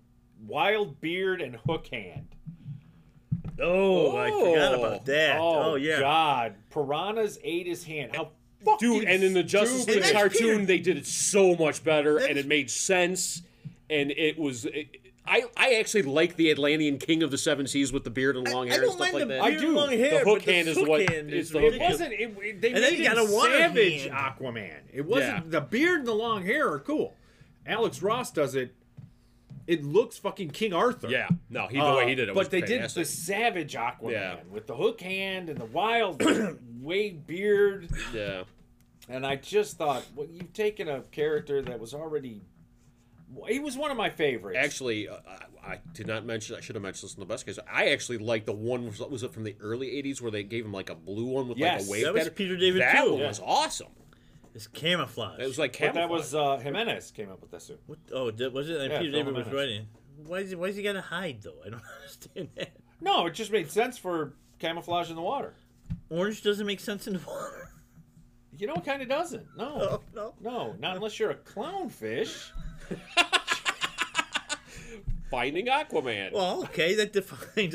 Speaker 3: wild beard and hook hand.
Speaker 2: oh, I forgot
Speaker 1: Oh.
Speaker 2: about that. Oh, yeah.
Speaker 3: God, piranhas ate his hand. How fucking
Speaker 1: Dude, and in the Justice
Speaker 3: stupid.
Speaker 1: League
Speaker 2: That's
Speaker 1: cartoon,
Speaker 2: Peter-
Speaker 1: they did it so much better, and
Speaker 2: That's-
Speaker 1: it made sense, and it was. It, I, I actually like the Atlantean king of the seven seas with the beard and
Speaker 2: I-
Speaker 1: long
Speaker 2: I
Speaker 1: hair
Speaker 2: don't
Speaker 1: and stuff
Speaker 2: mind
Speaker 1: like
Speaker 2: the
Speaker 1: that.
Speaker 2: beard
Speaker 3: I do.
Speaker 2: long hair,
Speaker 1: hook
Speaker 2: but the
Speaker 1: hand is
Speaker 2: hook
Speaker 1: what-
Speaker 2: hand
Speaker 1: is
Speaker 2: is
Speaker 1: the-
Speaker 3: It
Speaker 2: ridiculous.
Speaker 3: wasn't. It, it- they
Speaker 2: then
Speaker 3: made
Speaker 2: you
Speaker 3: him
Speaker 2: gotta want a
Speaker 3: savage
Speaker 2: hand.
Speaker 3: Aquaman. It wasn't the beard and the long hair are cool. Alex Ross does it. It looks fucking King Arthur.
Speaker 1: Yeah, no, he,
Speaker 3: Uh,
Speaker 1: the way he did it.
Speaker 3: but
Speaker 1: was
Speaker 3: they
Speaker 1: fantastic.
Speaker 3: did the savage Aquaman
Speaker 1: Yeah.
Speaker 3: with the hook hand and the
Speaker 1: [clears throat]
Speaker 3: wild wave beard,
Speaker 1: Yeah,
Speaker 3: and I just thought, well, you've taken a character that was already. He was one of my favorites.
Speaker 1: actually, uh, I, I did not mention. I should have mentioned this in the best case. I actually liked the one. Was, was it from the early '80s where they gave him like a blue one with like
Speaker 3: Yes.
Speaker 1: a wave?
Speaker 2: That was
Speaker 1: pattern?
Speaker 2: Peter David
Speaker 1: That
Speaker 2: too.
Speaker 1: one
Speaker 2: Yeah.
Speaker 1: was awesome.
Speaker 2: It's camouflage.
Speaker 1: It was like
Speaker 3: but that
Speaker 1: camouflage.
Speaker 3: was uh, Jimenez came up with that suit.
Speaker 2: What, oh, that was it? And
Speaker 3: Yeah,
Speaker 2: Peter
Speaker 3: Phil
Speaker 2: David was
Speaker 3: Jimenez.
Speaker 2: writing. Why is he, why is he got to hide though? I don't [laughs] understand that.
Speaker 3: No, it just made sense for camouflage in the water.
Speaker 2: Orange doesn't make sense in the water. [laughs]
Speaker 3: You know, it kind of doesn't. No.
Speaker 2: Oh no.
Speaker 3: No, not unless you're a clownfish.
Speaker 1: Finding Aquaman.
Speaker 2: Well, okay, that defines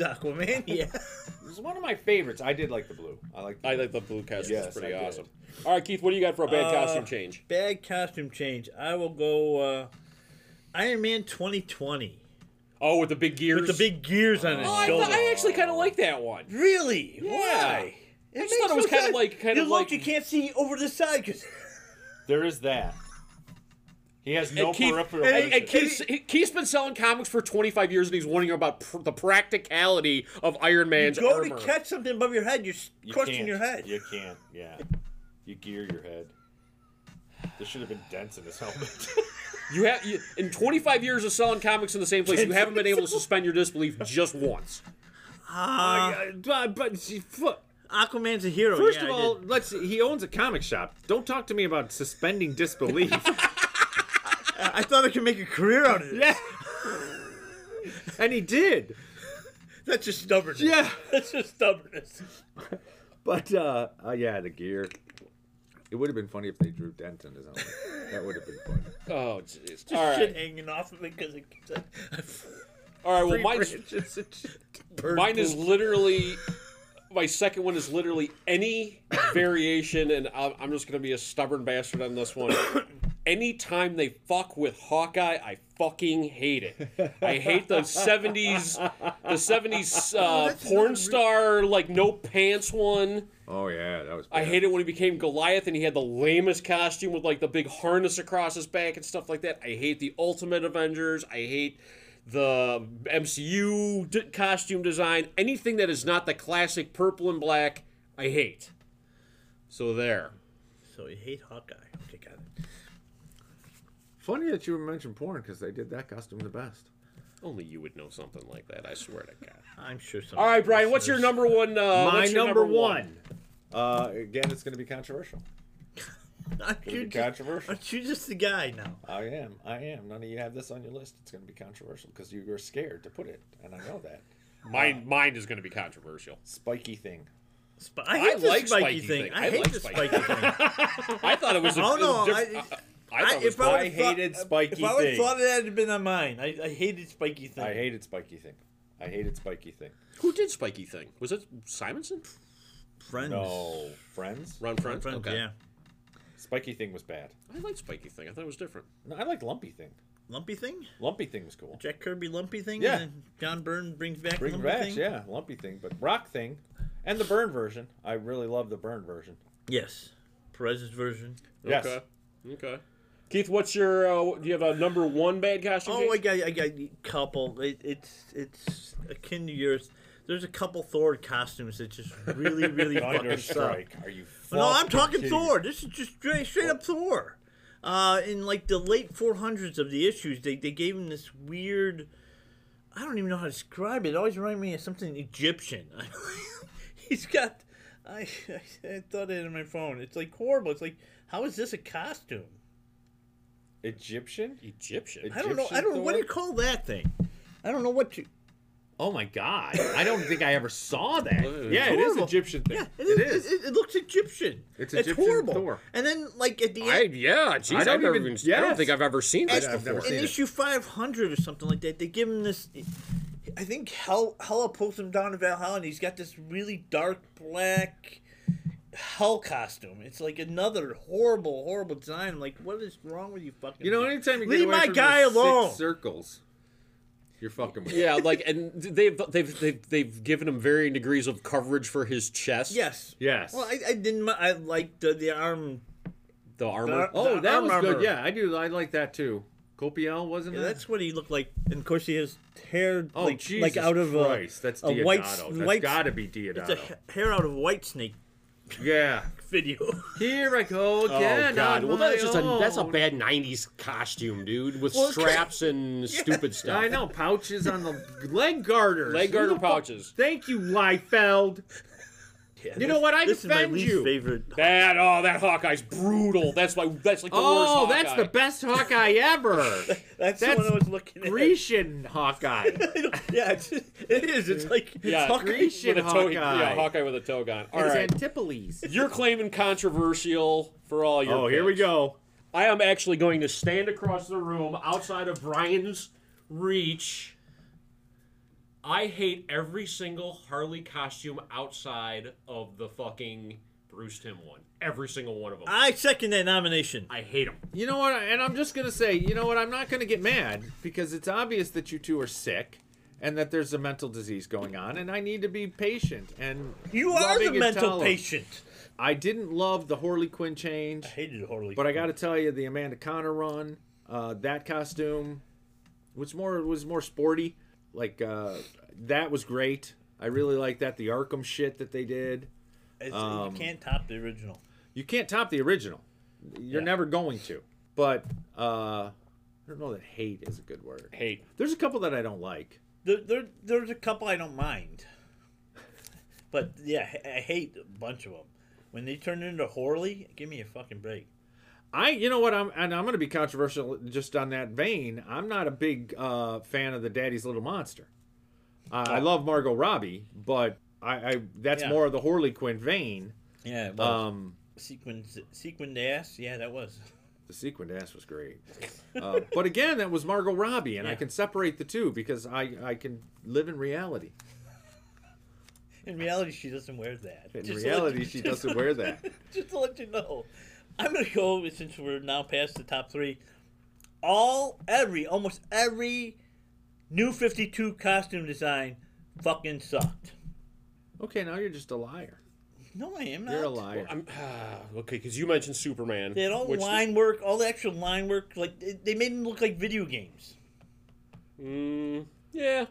Speaker 1: [laughs]
Speaker 2: [laughs] Aquaman. Yeah.
Speaker 3: This is one of my favorites. I did like the blue. I like.
Speaker 1: I like the blue costume.
Speaker 3: Yes,
Speaker 1: it's pretty
Speaker 3: I did.
Speaker 1: awesome. All right, Keith, what do you got for a bad
Speaker 2: Uh,
Speaker 1: costume change?
Speaker 2: Bad costume change. I will go uh, Iron Man 2020
Speaker 1: Oh, with the big gears.
Speaker 2: with the big gears on his
Speaker 1: Oh, I,
Speaker 2: shoulder.
Speaker 1: thought- I actually kind of like that one.
Speaker 2: Really?
Speaker 1: Yeah.
Speaker 2: Why?
Speaker 1: I just thought it was kinda like- kinda
Speaker 2: you look,
Speaker 1: like-
Speaker 2: you can't see over the side [laughs] because
Speaker 3: There is that. He has no
Speaker 1: and Keith,
Speaker 3: peripheral.
Speaker 1: and- and
Speaker 3: vision.
Speaker 1: Keith's, he- Keith's been selling comics for 25 years, and he's warning about pr- the practicality of Iron Man's
Speaker 2: go
Speaker 1: armor.
Speaker 2: to catch something above your head, you're s-
Speaker 3: You
Speaker 2: crushing
Speaker 3: can't.
Speaker 2: your head.
Speaker 3: You can't. Yeah. You gear your head. There should have been dents in his helmet. [laughs]
Speaker 1: you have you, in 25 years of selling comics in the same place, you haven't been
Speaker 2: [laughs]
Speaker 1: able to suspend your disbelief just once.
Speaker 3: Oh
Speaker 2: Ah,
Speaker 3: Uh, but, but she- fu-
Speaker 2: Aquaman's a hero.
Speaker 3: first
Speaker 2: yeah,
Speaker 3: of
Speaker 2: I
Speaker 3: all,
Speaker 2: did.
Speaker 3: let's. See, he owns a comic shop. Don't talk to me about suspending disbelief.
Speaker 2: I thought I could make a career out of it.
Speaker 3: [laughs] yeah. and he did.
Speaker 2: That's just stubbornness.
Speaker 3: Yeah.
Speaker 2: That's just [laughs] stubbornness.
Speaker 3: But uh, uh yeah, the gear. It would have been funny if they drew dents in his helmet. That would have been [laughs] funny.
Speaker 1: Oh, jeez.
Speaker 2: Just
Speaker 1: All
Speaker 2: shit
Speaker 1: right.
Speaker 2: hanging off of it because it keeps on-
Speaker 1: All right, well,
Speaker 3: Tree
Speaker 1: mine's,
Speaker 3: branches and shit.
Speaker 2: Bird
Speaker 1: mine is
Speaker 2: [laughs] poop.
Speaker 1: literally my second one is literally any variation and I'm, I'm just gonna be a stubborn bastard on this
Speaker 2: [coughs]
Speaker 1: one anytime they fuck with hawkeye i fucking hate it i hate the 70s the 70s uh,
Speaker 2: Oh, that's another
Speaker 1: porn
Speaker 2: re-
Speaker 1: star like no pants one
Speaker 3: Oh yeah, that was.
Speaker 1: I hate it when he became Goliath and he had the lamest costume with like the big harness across his back and stuff like that. I hate the Ultimate Avengers. I hate the MCU d- costume design. Anything that is not the classic purple and black, I hate. So there.
Speaker 2: So you hate Hawkeye. Okay, got it.
Speaker 3: Funny that you mentioned porn because they did that costume the best.
Speaker 1: Only you would know something like that. I swear to God.
Speaker 2: I'm sure
Speaker 1: [laughs]
Speaker 2: some.
Speaker 1: All right, Brian. What's your number one? Uh,
Speaker 3: My
Speaker 1: what's your
Speaker 3: number one. Uh, again, it's going to be controversial.
Speaker 2: Aren't
Speaker 3: Gonna
Speaker 2: you,
Speaker 3: be
Speaker 2: just,
Speaker 3: controversial.
Speaker 2: aren't you just the guy now?
Speaker 3: I am. I am. None of you have this on your list. It's going to be controversial because you were scared to put it, and I know that.
Speaker 1: Mine. Mine is going to be controversial.
Speaker 3: Spiky thing.
Speaker 2: Sp- I hate the
Speaker 1: like spiky
Speaker 2: spiky, thing.
Speaker 1: thing.
Speaker 2: I,
Speaker 1: I
Speaker 2: hate
Speaker 1: like
Speaker 2: the
Speaker 1: spiky
Speaker 2: spiky thing.
Speaker 1: I thought it was. A,
Speaker 2: Oh, no,
Speaker 1: it was diff-
Speaker 2: I-
Speaker 1: I, I thought it was
Speaker 2: if I,
Speaker 3: I hated spiky
Speaker 2: If I would have
Speaker 3: thing.
Speaker 2: thought it had been on mine, I, I hated spiky thing.
Speaker 3: I hated spiky thing.
Speaker 4: I hated Spiky Thing.
Speaker 1: Who did Spiky Thing? Was it Simonson?
Speaker 2: Friends.
Speaker 4: No, Friends.
Speaker 1: Ron Friend?
Speaker 2: Friends,
Speaker 1: okay.
Speaker 2: yeah.
Speaker 4: Spiky Thing was bad.
Speaker 1: I liked Spiky Thing. I thought it was different.
Speaker 4: No, I like Lumpy Thing.
Speaker 2: Lumpy thing?
Speaker 4: Lumpy Thing was cool.
Speaker 2: Jack Kirby Lumpy thing?
Speaker 4: Yeah.
Speaker 2: And then John Byrne brings back
Speaker 4: Bring
Speaker 2: Lumpy
Speaker 4: back,
Speaker 2: thing?
Speaker 4: yeah, Lumpy Thing, but Rock Thing, and the Burn version. I really love the Burn version.
Speaker 2: Yes. Perez's version.
Speaker 4: Yes.
Speaker 1: Okay. Okay. Keith, what's your? Uh, do you have a number one bad costume?
Speaker 2: Oh, I got, I got a couple. It, it's it's akin to yours. There's a couple Thor costumes that just really, really fucking suck.
Speaker 4: Thunderstrike. Are you?
Speaker 2: No, I'm
Speaker 4: fucking
Speaker 2: talking
Speaker 4: kidding?
Speaker 2: Thor. This is just straight, straight up Thor. Uh, in like the late 400s of the issues, they, they gave him this weird. I don't even know how to describe it. It always reminded me of something Egyptian. [laughs] He's got. I, I, I thought it on my phone. It's like horrible. It's like, how is this a costume?
Speaker 4: Egyptian.
Speaker 1: Egyptian.
Speaker 2: I don't know. I
Speaker 4: Egyptian
Speaker 2: don't know. What do
Speaker 4: Thor?
Speaker 2: you call that thing? I don't know what you.
Speaker 3: Oh my god! I don't think I ever saw that.
Speaker 1: Ooh.
Speaker 3: yeah, it is
Speaker 2: Horrible.
Speaker 3: Egyptian thing.
Speaker 2: Yeah, it
Speaker 3: it
Speaker 2: is. It, it, it looks Egyptian.
Speaker 3: It's
Speaker 2: It's,
Speaker 3: Egyptian
Speaker 2: horrible.
Speaker 3: Thor.
Speaker 2: And then, like at the
Speaker 1: I,
Speaker 2: end,
Speaker 1: yeah, geez,
Speaker 3: I
Speaker 1: I
Speaker 3: don't
Speaker 1: don't, even,
Speaker 3: even-
Speaker 1: I don't
Speaker 3: yes. uh,
Speaker 1: think I've ever seen this
Speaker 3: I've never
Speaker 1: before.
Speaker 3: seen
Speaker 2: in
Speaker 3: it.
Speaker 2: issue 500 or something like that, they give him this. I think Hel- Hela pulls him down to Valhalla, and he's got this really dark black hell costume. It's like another horrible, horrible design. I'm like, what is wrong with you, fucking?
Speaker 3: You know,
Speaker 2: people?
Speaker 3: anytime you get
Speaker 2: Leave
Speaker 3: away
Speaker 2: my
Speaker 3: from
Speaker 2: guy
Speaker 3: those
Speaker 2: alone.
Speaker 3: Six circles, you're fucking with.
Speaker 1: Yeah, like, and they've they've they've they've given him varying degrees of coverage for his chest.
Speaker 2: Yes.
Speaker 3: Yes.
Speaker 2: Well, I, I didn't. mi- I liked the, the arm.
Speaker 1: the
Speaker 2: The-
Speaker 1: armor.
Speaker 3: oh,
Speaker 2: the
Speaker 3: that
Speaker 2: arm
Speaker 3: was
Speaker 2: armor.
Speaker 3: good. Yeah, I do. I like that too. Copiel wasn't
Speaker 2: Yeah,
Speaker 3: it?
Speaker 2: that's what he looked like. And of course, he has hair
Speaker 3: oh,
Speaker 2: like
Speaker 3: Jesus
Speaker 2: like out of
Speaker 3: Christ.
Speaker 2: a
Speaker 3: that's
Speaker 2: a
Speaker 3: Diodato.
Speaker 2: white
Speaker 3: That's
Speaker 2: white.
Speaker 3: gotta be
Speaker 2: it's a
Speaker 3: Diodato.
Speaker 2: ha- hair out of white snake
Speaker 3: yeah.
Speaker 2: video.
Speaker 3: Here I go
Speaker 1: Oh
Speaker 3: again.
Speaker 1: God!
Speaker 3: on
Speaker 1: Well, that's
Speaker 3: my
Speaker 1: just a that's a
Speaker 3: own.
Speaker 1: bad '90s costume, dude, with
Speaker 3: Well, it's kinda-
Speaker 1: straps
Speaker 3: [laughs]
Speaker 1: and stupid stuff.
Speaker 3: I know pouches on the leg garters.
Speaker 1: Leg
Speaker 3: Who
Speaker 1: garter
Speaker 3: the fuck-
Speaker 1: pouches.
Speaker 3: Thank you, Liefeld.
Speaker 2: Yeah,
Speaker 3: You
Speaker 2: this-
Speaker 3: know what?
Speaker 2: [laughs]
Speaker 3: I
Speaker 2: this is
Speaker 3: defend
Speaker 2: my least
Speaker 3: you.
Speaker 2: favorite.
Speaker 1: That oh, that Hawkeye's brutal. That's my that's like the
Speaker 3: Oh,
Speaker 1: worst.
Speaker 3: that's
Speaker 1: Hawkeye.
Speaker 3: the best Hawkeye ever.
Speaker 2: That's,
Speaker 3: That's
Speaker 2: the one I was looking at.
Speaker 3: Grecian Hawkeye.
Speaker 2: [laughs] I don't- yeah, it's, it is. It's like
Speaker 1: Yeah,
Speaker 2: it's Hawkeye.
Speaker 3: Grecian
Speaker 1: with a toe,
Speaker 3: Hawkeye.
Speaker 1: yeah, Hawkeye with a toga on. All
Speaker 3: it's
Speaker 1: right.
Speaker 3: Antipoles.
Speaker 1: You're claiming controversial for all your.
Speaker 3: Oh, here we
Speaker 1: picks.
Speaker 3: go.
Speaker 1: I am actually going to stand across the room outside of Brian's reach. I hate every single Harley costume outside of the fucking Bruce Tim one. Every single one of them.
Speaker 2: I second that nomination.
Speaker 1: I hate them.
Speaker 3: You know what? And I'm just gonna say, you know what? I'm not gonna get mad because it's obvious that you two are sick, and that there's a mental disease going on, and I need to be patient. And
Speaker 2: You are
Speaker 3: loving
Speaker 2: the
Speaker 3: and
Speaker 2: mental
Speaker 3: tolerant.
Speaker 2: patient.
Speaker 3: I didn't love the Harley Quinn change,
Speaker 2: I hated Harley.
Speaker 3: but I got to tell you, the Amanda Connor run, uh, that costume, was more was more sporty. Like uh, that was great. I really like that. The Arkham shit that they did.
Speaker 2: It's-
Speaker 3: um,
Speaker 2: you can't top the original.
Speaker 3: you can't top the original. You're
Speaker 2: Yeah.
Speaker 3: never going to. But uh, I don't know that hate is a good word.
Speaker 1: Hate.
Speaker 3: There's a couple that I don't like.
Speaker 2: There, there, there's a couple I don't mind, but yeah, I- I hate a bunch of them. When they turn into Horley, give me a fucking break.
Speaker 3: I, you know what? I'm and I'm going to be controversial just on that vein. I'm not a big uh, fan of the Daddy's Little Monster. Uh, I love Margot Robbie, but I, I that's
Speaker 2: Oh. Yeah.
Speaker 3: more of the Harley Quinn vein.
Speaker 2: Yeah, well,
Speaker 3: Um,
Speaker 2: sequin Uh, sequined ass. Yeah, that was.
Speaker 3: the sequined ass was great,
Speaker 2: [laughs]
Speaker 3: uh, but again, that was Margot Robbie, and I
Speaker 2: Yeah.
Speaker 3: can separate the two because I I can live in reality.
Speaker 2: In reality, she doesn't wear that.
Speaker 3: In
Speaker 2: Just to let
Speaker 3: reality,
Speaker 2: you-
Speaker 3: she doesn't wear that.
Speaker 2: [laughs] just to let you know, I'm gonna go since we're now past the top three. All every almost every new 52 costume design fucking sucked.
Speaker 3: Okay, now you're just a liar.
Speaker 2: No, I am not.
Speaker 3: You're a liar.
Speaker 1: I'm, [sighs] okay, because you mentioned Superman.
Speaker 2: They had all the
Speaker 1: which-
Speaker 2: line work, all the actual line work. Like they, they made them look like video games.
Speaker 1: Mm, yeah.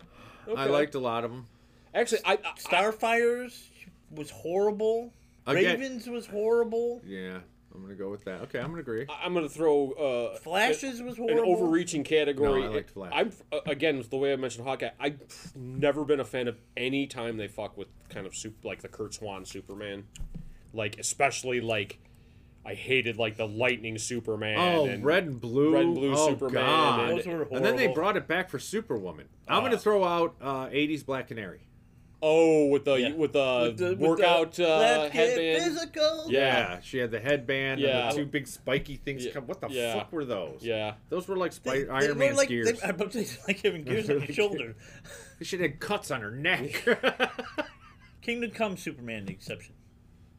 Speaker 3: I
Speaker 1: okay.
Speaker 3: liked a lot of them.
Speaker 1: Actually, I, I,
Speaker 2: Starfires was horrible.
Speaker 3: Again-
Speaker 2: Ravens was horrible.
Speaker 3: Yeah, I'm gonna go with that. Okay, I'm gonna agree.
Speaker 1: I I'm gonna throw uh,
Speaker 2: Flashes was
Speaker 1: an
Speaker 2: horrible.
Speaker 1: overreaching category.
Speaker 3: No, I liked Flash.
Speaker 1: I'm uh, again the way I mentioned Hawkeye. I've never been a fan of any time they fuck with kind of soup like the Kurt Swan Superman, like especially like I hated like the Lightning Superman.
Speaker 3: Oh,
Speaker 1: and
Speaker 3: red and blue,
Speaker 1: Red and blue
Speaker 3: oh,
Speaker 1: Superman
Speaker 3: God.
Speaker 1: and-
Speaker 2: Those were
Speaker 3: And then they
Speaker 2: horrible.
Speaker 3: brought it back for Superwoman. I'm gonna throw out uh, '80s Black Canary.
Speaker 1: Oh, with the
Speaker 3: Yeah.
Speaker 1: with the,
Speaker 2: With the- with the
Speaker 1: workout uh,
Speaker 2: Let's get
Speaker 1: headband.
Speaker 2: physical.
Speaker 1: Yeah.
Speaker 3: she had the headband
Speaker 1: Yeah.
Speaker 3: and the two big spiky things.
Speaker 1: Yeah.
Speaker 3: Come, what the
Speaker 1: Yeah.
Speaker 3: fuck were those?
Speaker 1: Yeah,
Speaker 3: Those were like
Speaker 2: They-
Speaker 3: spy-
Speaker 2: they
Speaker 3: Iron
Speaker 2: were
Speaker 3: Man's
Speaker 2: like, [laughs]
Speaker 3: gears.
Speaker 2: They, I'm about to say, like having gears
Speaker 3: [laughs]
Speaker 2: on your shoulder.
Speaker 3: she had cuts on her neck.
Speaker 2: Kingdom Come Superman, the exception.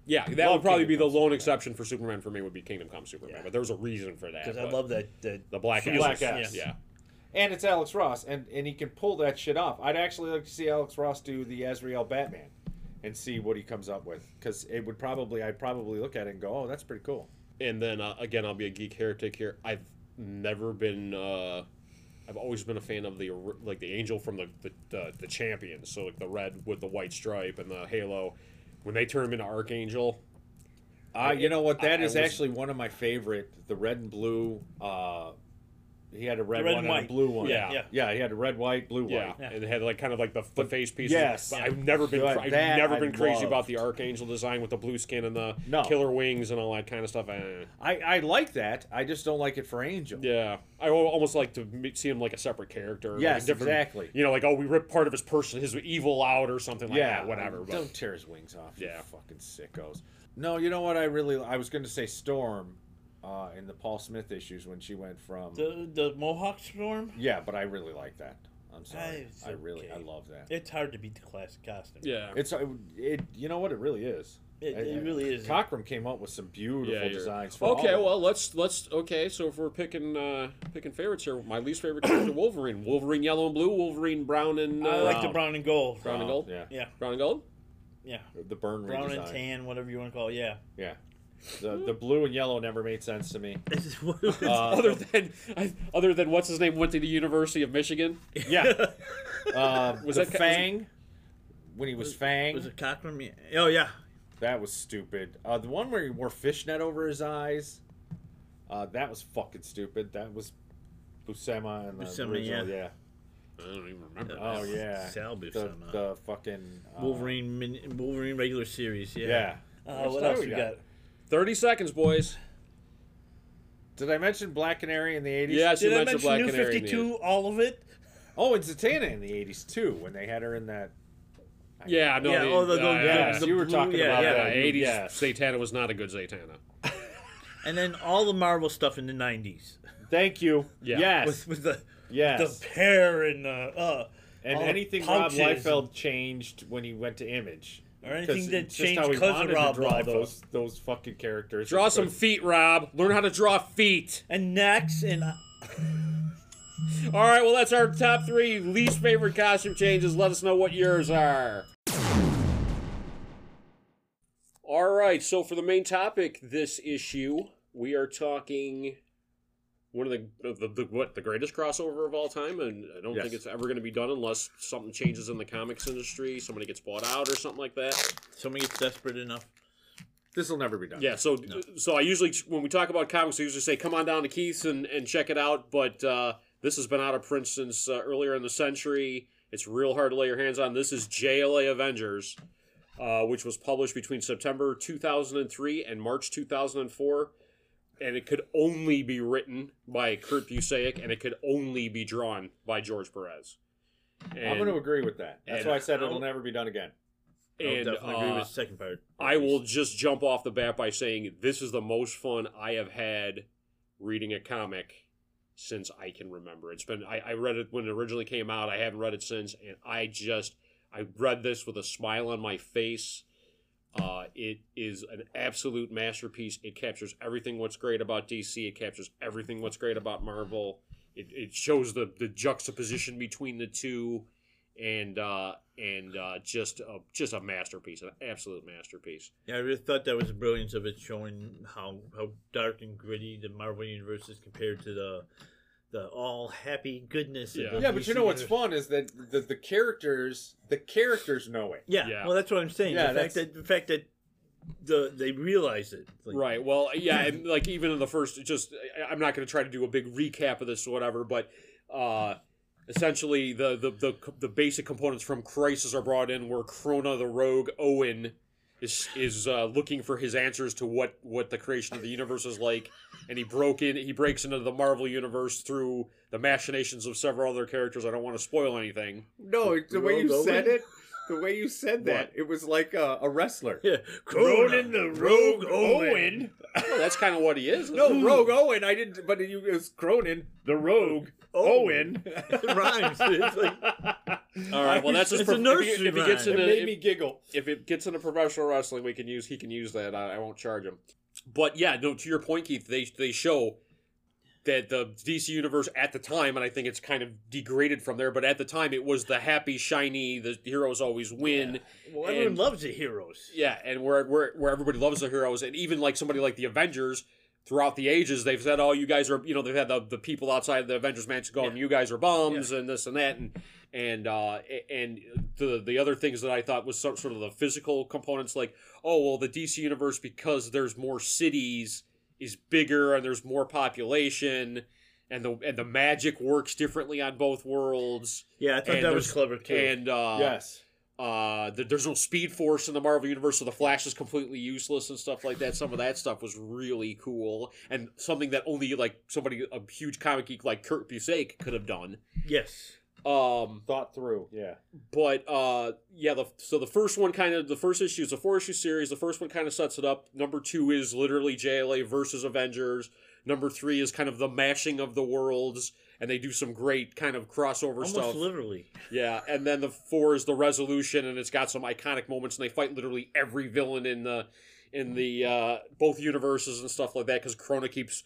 Speaker 1: yeah. That
Speaker 3: Love
Speaker 1: would probably
Speaker 3: Kingdom
Speaker 1: be the
Speaker 3: Come
Speaker 1: lone exception for Superman for me. Would be Kingdom Come Superman,
Speaker 2: Yeah.
Speaker 1: but there's a reason for that.
Speaker 2: Because I
Speaker 1: but
Speaker 2: love that. that
Speaker 1: the black ass.
Speaker 2: feeling.
Speaker 3: Black ass.
Speaker 1: Yeah,
Speaker 3: [laughs] and it's Alex Ross, and, and he can pull that shit off. I'd actually like to see Alex Ross do the Azrael Batman and see what he comes up with. Because it would probably, I'd probably look at it and go, oh, that's pretty cool.
Speaker 1: and then uh, again, I'll be a geek heretic here. I've never been. Uh, I've always been a fan of the or- like the angel from the the, the the champions. So like the red with the white stripe and the halo. When they turn him into Archangel,
Speaker 3: Uh, you know what? That
Speaker 1: I- I
Speaker 3: is
Speaker 1: was-
Speaker 3: actually one of my favorite. The red and blue. Uh, he had a red,
Speaker 2: red
Speaker 3: one
Speaker 2: and
Speaker 3: and,
Speaker 2: white.
Speaker 3: a blue one.
Speaker 1: Yeah.
Speaker 2: Yeah.
Speaker 3: yeah. He had a red, white, blue,
Speaker 1: yeah,
Speaker 3: white.
Speaker 2: Yeah.
Speaker 1: and they had like kind of like the, the face pieces.
Speaker 3: yes.
Speaker 1: but I've never been.
Speaker 3: Good.
Speaker 1: I've
Speaker 3: That
Speaker 1: never
Speaker 3: I
Speaker 1: been crazy about
Speaker 3: loved.
Speaker 1: the Archangel design with the blue skin and the
Speaker 3: No.
Speaker 1: killer wings and all that kind of stuff. Eh.
Speaker 3: I, I like that. I just don't like it for Angel.
Speaker 1: Yeah, I al- almost like to meet- see him like a separate character. like a
Speaker 3: Yes,
Speaker 1: different-
Speaker 3: exactly.
Speaker 1: You know, like oh, we ripped part of his person, his evil out or something like
Speaker 3: yeah,
Speaker 1: that. Whatever. But
Speaker 3: Don't tear his wings off. Yeah,
Speaker 1: Yeah.
Speaker 3: you fucking sickos. No, you know what? I really I was going to say Storm, uh, in the Paul Smith issues when she went from.
Speaker 2: The, the Mohawk Storm,
Speaker 3: Yeah, but I really like that. I'm sorry.
Speaker 2: It's
Speaker 3: I really I
Speaker 2: okay.
Speaker 3: love that.
Speaker 2: it's hard to beat the classic costume.
Speaker 1: yeah,
Speaker 3: It's it, it. You know what? It really is.
Speaker 2: It,
Speaker 3: I- I-
Speaker 2: it really is.
Speaker 3: Cockrum came up with some beautiful
Speaker 1: yeah. you're-
Speaker 3: designs. For all
Speaker 1: Okay,
Speaker 3: of them.
Speaker 1: well let's let's okay. So if we're picking uh picking favorites here, my least favorite
Speaker 3: [coughs]
Speaker 1: character Wolverine, Wolverine yellow and blue, Wolverine brown and uh,
Speaker 2: I like the
Speaker 3: Brown.
Speaker 2: brown and gold.
Speaker 1: brown and gold,
Speaker 3: Yeah,
Speaker 2: Yeah,
Speaker 1: brown and gold.
Speaker 2: yeah.
Speaker 3: the burn
Speaker 2: Brown and
Speaker 3: redesign.
Speaker 2: tan, whatever you want to call it. Yeah.
Speaker 3: Yeah, the the blue and yellow never made sense to me.
Speaker 2: [laughs] This is what
Speaker 3: Uh,
Speaker 1: other than I, other than what's his name went to the University of Michigan.
Speaker 3: Yeah, uh,
Speaker 1: Was
Speaker 3: was the
Speaker 1: that ca- was it-
Speaker 3: Fang when he was,
Speaker 2: [laughs]
Speaker 3: Fang?
Speaker 2: was it Cockrum? Yeah. Oh yeah.
Speaker 3: that was stupid. Uh, the one where he wore fishnet over his eyes, uh, that was fucking stupid. That was Buscema and the
Speaker 2: Buscema,
Speaker 3: original.
Speaker 2: yeah.
Speaker 3: Yeah.
Speaker 1: I don't even remember.
Speaker 3: Oh yeah.
Speaker 2: Sal
Speaker 3: the,
Speaker 2: Buscema.
Speaker 3: the fucking uh,
Speaker 2: Uh, Wolverine, min- Wolverine regular series. Yeah.
Speaker 3: Yeah.
Speaker 2: Uh, what
Speaker 3: Sorry
Speaker 2: else we got?
Speaker 1: Thirty seconds, boys.
Speaker 3: Did I mention Black Canary in the eighties?
Speaker 1: Yes, you
Speaker 2: Did I
Speaker 1: mentioned
Speaker 2: mention
Speaker 1: Black
Speaker 2: New
Speaker 1: Canary. in the
Speaker 2: Fifty Two? All of it.
Speaker 3: Oh, and Zatanna in the eighties too, when they had her in that.
Speaker 1: Yeah, no.
Speaker 2: Yeah, oh, the- the-
Speaker 1: uh,
Speaker 3: Yes,
Speaker 2: the
Speaker 3: you were
Speaker 2: blue-
Speaker 3: talking
Speaker 2: yeah,
Speaker 3: about
Speaker 2: yeah.
Speaker 1: yeah,
Speaker 3: that.
Speaker 1: eighties
Speaker 3: Yeah.
Speaker 1: Satana was not a good Satana.
Speaker 2: And then all the Marvel stuff in the nineties
Speaker 3: Thank you.
Speaker 1: Yeah.
Speaker 3: Yes.
Speaker 2: with with the
Speaker 3: yes.
Speaker 2: the pair and uh, uh
Speaker 3: and
Speaker 2: all the
Speaker 3: anything
Speaker 2: pouches
Speaker 3: Rob Liefeld changed when he went to Image.
Speaker 2: Or anything
Speaker 3: 'Cause
Speaker 2: that
Speaker 3: it's just
Speaker 2: changed
Speaker 3: how he
Speaker 2: 'cause of
Speaker 3: wanted to
Speaker 2: Rob
Speaker 3: draw
Speaker 2: Liefeld.
Speaker 3: Those, those fucking characters.
Speaker 1: Draw
Speaker 3: It's
Speaker 1: some
Speaker 3: good.
Speaker 1: feet, Rob. Learn how to draw feet.
Speaker 2: and necks and uh,
Speaker 1: All right, well, that's our top three least favorite costume changes. Let us know what yours are. All right, so for the main topic this issue, we are talking one of the, the, the what the greatest crossover of all time, and I don't
Speaker 3: Yes.
Speaker 1: think it's ever going to be done unless something changes in the comics industry, somebody gets bought out or something like that.
Speaker 2: somebody gets desperate enough.
Speaker 3: This will never be done.
Speaker 1: Yeah, so uh, so I usually when we talk about comics, I usually say come on down to Keith's and, and check it out. But uh, this has been out of print since uh, earlier in the century. It's real hard to lay your hands on. This is JLA Avengers, uh, which was published between September 2003 and March 2004, and it could only be written by Kurt Busiek and it could only be drawn by George Perez.
Speaker 3: I'm
Speaker 1: And-
Speaker 3: going to agree with that. That's
Speaker 1: and
Speaker 3: why I said
Speaker 2: I'll-
Speaker 3: it'll never be done again.
Speaker 2: I'll
Speaker 1: and,
Speaker 2: definitely agree
Speaker 1: uh,
Speaker 2: with the second part.
Speaker 1: I will just jump off the bat by saying this is the most fun I have had reading a comic since I can remember. It's been I, I read it when it originally came out. I haven't read it since, and I just I read this with a smile on my face. Uh, it is an absolute masterpiece. It captures everything what's great about DC. It captures everything what's great about Marvel. It, it shows the the juxtaposition between the two and uh, and uh, just a, just a masterpiece, an absolute masterpiece.
Speaker 2: Yeah, I really thought that was the brilliance of it, showing how how dark and gritty the Marvel universe is compared to the the all happy goodness. of
Speaker 1: Yeah.
Speaker 2: the
Speaker 3: Yeah, but
Speaker 2: DC
Speaker 3: you know what's
Speaker 2: universe.
Speaker 3: fun is that the, the characters the characters know it.
Speaker 2: Yeah,
Speaker 1: Yeah.
Speaker 2: well, that's what I'm saying.
Speaker 3: Yeah,
Speaker 2: the fact
Speaker 3: that's-
Speaker 2: that the fact that the they realize it. Like,
Speaker 1: Right. Well, yeah, and like even in the first, just I- I'm not going to try to do a big recap of this or whatever, but uh, essentially the, the the the basic components from Crisis are brought in, where Krona the Rogue Owen is is uh, looking for his answers to what what the creation of the universe is like, and he broke in he breaks into the Marvel universe through the machinations of several other characters. I don't want to spoil anything.
Speaker 3: No,
Speaker 2: the way you said it,
Speaker 3: The way you said that, it was like a, a wrestler.
Speaker 2: Yeah. [laughs] Conan the Rogue Owen.
Speaker 1: Well, that's kind of what he is.
Speaker 3: No, Rogue Owen. I didn't, but you, it was Cronin, Hmm. the Rogue
Speaker 2: [laughs]
Speaker 3: Owen.
Speaker 2: It rhymes. It's
Speaker 3: [laughs]
Speaker 2: like,
Speaker 1: All right. Well, that's his.
Speaker 2: It's a
Speaker 1: prof-
Speaker 2: nursery
Speaker 1: if he, if he
Speaker 2: rhyme.
Speaker 1: gets
Speaker 3: it
Speaker 1: into
Speaker 3: made me
Speaker 1: if,
Speaker 3: giggle.
Speaker 1: if it gets into professional wrestling, we can use. He can use that. I, I won't charge him. But yeah, no. To your point, Keith, they they show that the DC universe at the time, and I think it's kind of degraded from there. But at the time, it was the happy, shiny. The heroes always win.
Speaker 2: well, everyone
Speaker 1: And-
Speaker 2: loves the heroes.
Speaker 1: Yeah, and where where where everybody loves the heroes, and even like somebody like the Avengers, throughout the ages, they've said, "Oh, you guys are," you know, they've had the, the people outside the Avengers match going, "You guys are bums," and this and that, and and uh, a- and the the other things that I thought was sort sort of the physical components, like, oh well, the DC universe because there's more cities is bigger and there's more population. And the and the magic works differently on both worlds,
Speaker 2: Yeah, I thought
Speaker 1: And
Speaker 2: that was
Speaker 1: there's-
Speaker 2: clever too.
Speaker 1: and uh,
Speaker 3: yes.
Speaker 1: uh, th- there's no Speed Force in the Marvel universe, so the Flash is completely useless and stuff like that. Some of that stuff was really cool and something that only like somebody a huge comic geek like Kurt Busiek could have done.
Speaker 2: yes.
Speaker 1: Um,
Speaker 3: Thought through. Yeah.
Speaker 1: but uh, yeah, the, so the first one kind of the first issue is a four issue series. The first one kind of sets it up. Number two is literally JLA versus Avengers. Number three is kind of the mashing of the worlds, and they do some great kind of crossover
Speaker 2: Almost
Speaker 1: stuff.
Speaker 2: literally.
Speaker 1: Yeah, and then the four is the resolution, and it's got some iconic moments, and they fight literally every villain in the in the uh, both universes and stuff like that because Krona keeps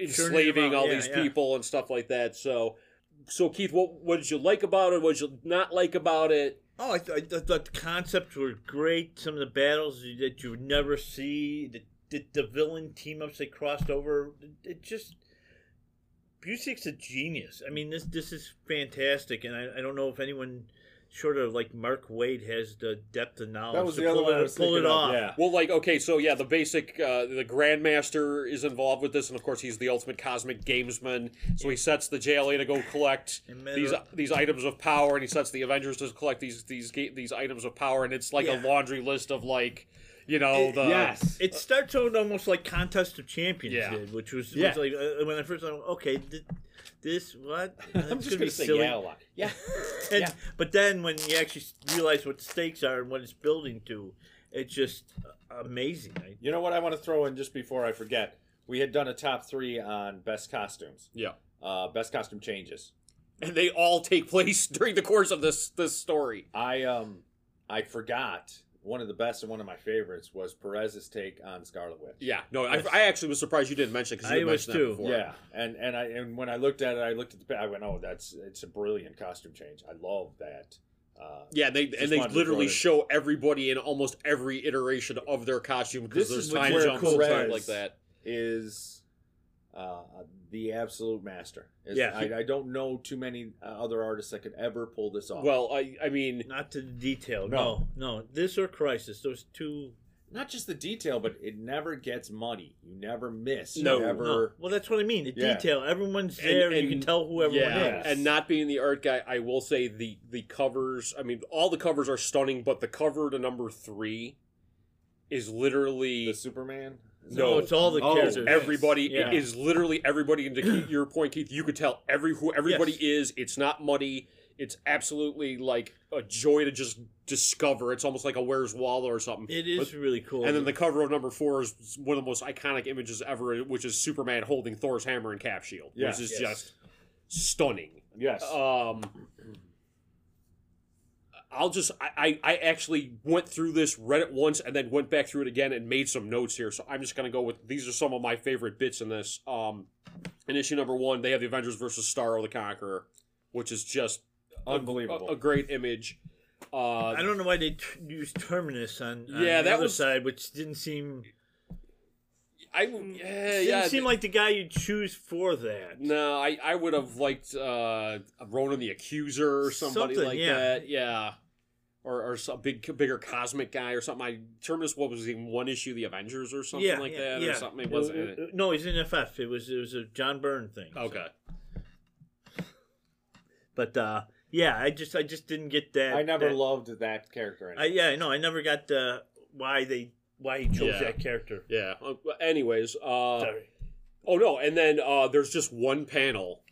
Speaker 1: enslaving
Speaker 2: out,
Speaker 1: all
Speaker 2: yeah,
Speaker 1: these
Speaker 2: yeah.
Speaker 1: people and stuff like that. So, so Keith, what what did you like about it? What did you not like about it?
Speaker 2: Oh, I, th- I, th- thought the concepts were great. Some of the battles you- that you would never see, the, the, the villain team ups they crossed over. It, it just. Busiek's a genius. I mean, this this is fantastic, and I, I don't know if anyone short of like Mark Wade has the depth of knowledge
Speaker 3: That was
Speaker 2: to
Speaker 3: the other
Speaker 2: Oh, pull
Speaker 3: one. I
Speaker 2: it,
Speaker 3: was
Speaker 2: pull it
Speaker 3: thinking of,
Speaker 2: off.
Speaker 3: Yeah.
Speaker 1: Well, like okay, so yeah, the basic uh, the Grandmaster is involved with this, and of course he's the ultimate cosmic gamesman. So he sets the JLA to go collect
Speaker 2: And uh, then-
Speaker 1: these these items of power, and he sets the Avengers to collect these these ga- these items of power, and it's like
Speaker 2: Yeah.
Speaker 1: a laundry list of like, you know, the
Speaker 5: yes.
Speaker 2: [laughs] It starts out almost like Contest of Champions
Speaker 1: Yeah.
Speaker 2: did, which was,
Speaker 5: Yeah.
Speaker 2: was like uh, when I first went, okay, th- this
Speaker 1: [laughs]
Speaker 2: what?
Speaker 3: I'm just gonna say yeah a lot. Yeah.
Speaker 2: [laughs] And,
Speaker 3: Yeah.
Speaker 2: But then when you actually s- realize what the stakes are and what it's building to, it's just uh, amazing. I,
Speaker 3: [laughs] You know what I want to throw in just before I forget? We had done a top three on best costumes,
Speaker 1: yeah,
Speaker 3: uh, best costume changes.
Speaker 1: and they all take place [laughs] during the course of this this story.
Speaker 3: I um, I forgot one of the best and one of my favorites was Perez's take on Scarlet Witch.
Speaker 1: Yeah, no, I, I actually was surprised you didn't mention because
Speaker 2: I
Speaker 1: you had
Speaker 2: was
Speaker 1: mentioned that
Speaker 2: too.
Speaker 1: before.
Speaker 3: Yeah, and and I and when I looked at it, I looked at the pa- I went, oh, that's it's a brilliant costume change. I love that. Uh,
Speaker 1: Yeah, they and they
Speaker 3: wanted to
Speaker 1: literally
Speaker 3: throw
Speaker 1: show everybody in almost every iteration of their costume because
Speaker 2: This
Speaker 1: there's
Speaker 2: is what
Speaker 1: time
Speaker 2: where
Speaker 1: jumps and stuff
Speaker 3: Perez-
Speaker 1: like that.
Speaker 3: is uh, the absolute master. Is-
Speaker 2: Yeah.
Speaker 3: I, I don't know too many uh, other artists that could ever pull this
Speaker 2: Oh.
Speaker 3: off.
Speaker 1: Well, I I mean,
Speaker 2: not to the detail.
Speaker 3: No.
Speaker 2: No. no, This or Crisis, those two.
Speaker 3: not just the detail, but it never gets muddy. You never miss.
Speaker 1: No.
Speaker 3: you never.
Speaker 2: no. Well, that's what I mean. The
Speaker 3: Yeah.
Speaker 2: detail. Everyone's
Speaker 1: And-
Speaker 2: there. you
Speaker 1: and-
Speaker 2: can tell who everyone
Speaker 1: yeah,
Speaker 2: is.
Speaker 1: and not being the art guy, I will say the the covers. I mean, all the covers are stunning, but the cover to number three is literally
Speaker 3: The Superman.
Speaker 1: No.
Speaker 2: it's all the
Speaker 3: Oh,
Speaker 2: characters.
Speaker 1: everybody.
Speaker 2: Yeah.
Speaker 1: It is literally everybody. And to keep your point, Keith, you could tell every who everybody
Speaker 2: Yes.
Speaker 1: is. It's not muddy. It's absolutely like a joy to just discover. It's almost like a Where's Waldo or something.
Speaker 2: It is
Speaker 1: But-
Speaker 2: really cool.
Speaker 1: and then the cover of number four is one of the most iconic images ever, which is Superman holding Thor's hammer and cap shield,
Speaker 3: Yeah.
Speaker 1: which is
Speaker 2: Yes.
Speaker 1: just stunning.
Speaker 3: Yes.
Speaker 1: Um, I'll just I, I I actually went through this, read it once, and then went back through it again and made some notes here. So I'm just gonna go with these are some of my favorite bits in this. Um, in issue number one, they have the Avengers versus Starro the Conqueror, which is just a-
Speaker 3: Unbelievable.
Speaker 1: a, a great image. Uh,
Speaker 2: I don't know why they t- used Terminus on, on
Speaker 1: Yeah,
Speaker 2: the
Speaker 1: that
Speaker 2: other
Speaker 1: was-
Speaker 2: side, which didn't seem
Speaker 1: I yeah,
Speaker 2: didn't
Speaker 1: yeah
Speaker 2: seem like the guy you choose for that.
Speaker 1: no, I, I would have liked uh, Ronan the Accuser or somebody
Speaker 2: Something,
Speaker 1: like
Speaker 2: yeah.
Speaker 1: that. Yeah. Or, or some big, bigger cosmic guy or something. I Terminus, what was even one issue, of the Avengers or something
Speaker 2: Yeah,
Speaker 1: like
Speaker 2: yeah,
Speaker 1: that, or
Speaker 2: yeah.
Speaker 1: something. It wasn't.
Speaker 2: Uh, uh, No, he's in FF. It was it was a John Byrne thing.
Speaker 1: Okay.
Speaker 2: But uh, yeah, I just I just didn't get that.
Speaker 3: I never
Speaker 2: that-
Speaker 3: loved that character.
Speaker 2: I,
Speaker 3: Anymore.
Speaker 2: yeah, no, I never got the why they why he chose
Speaker 1: Yeah.
Speaker 2: that character.
Speaker 1: Yeah. Uh, anyways, uh,
Speaker 2: Sorry.
Speaker 1: oh no, and then uh, there's just one panel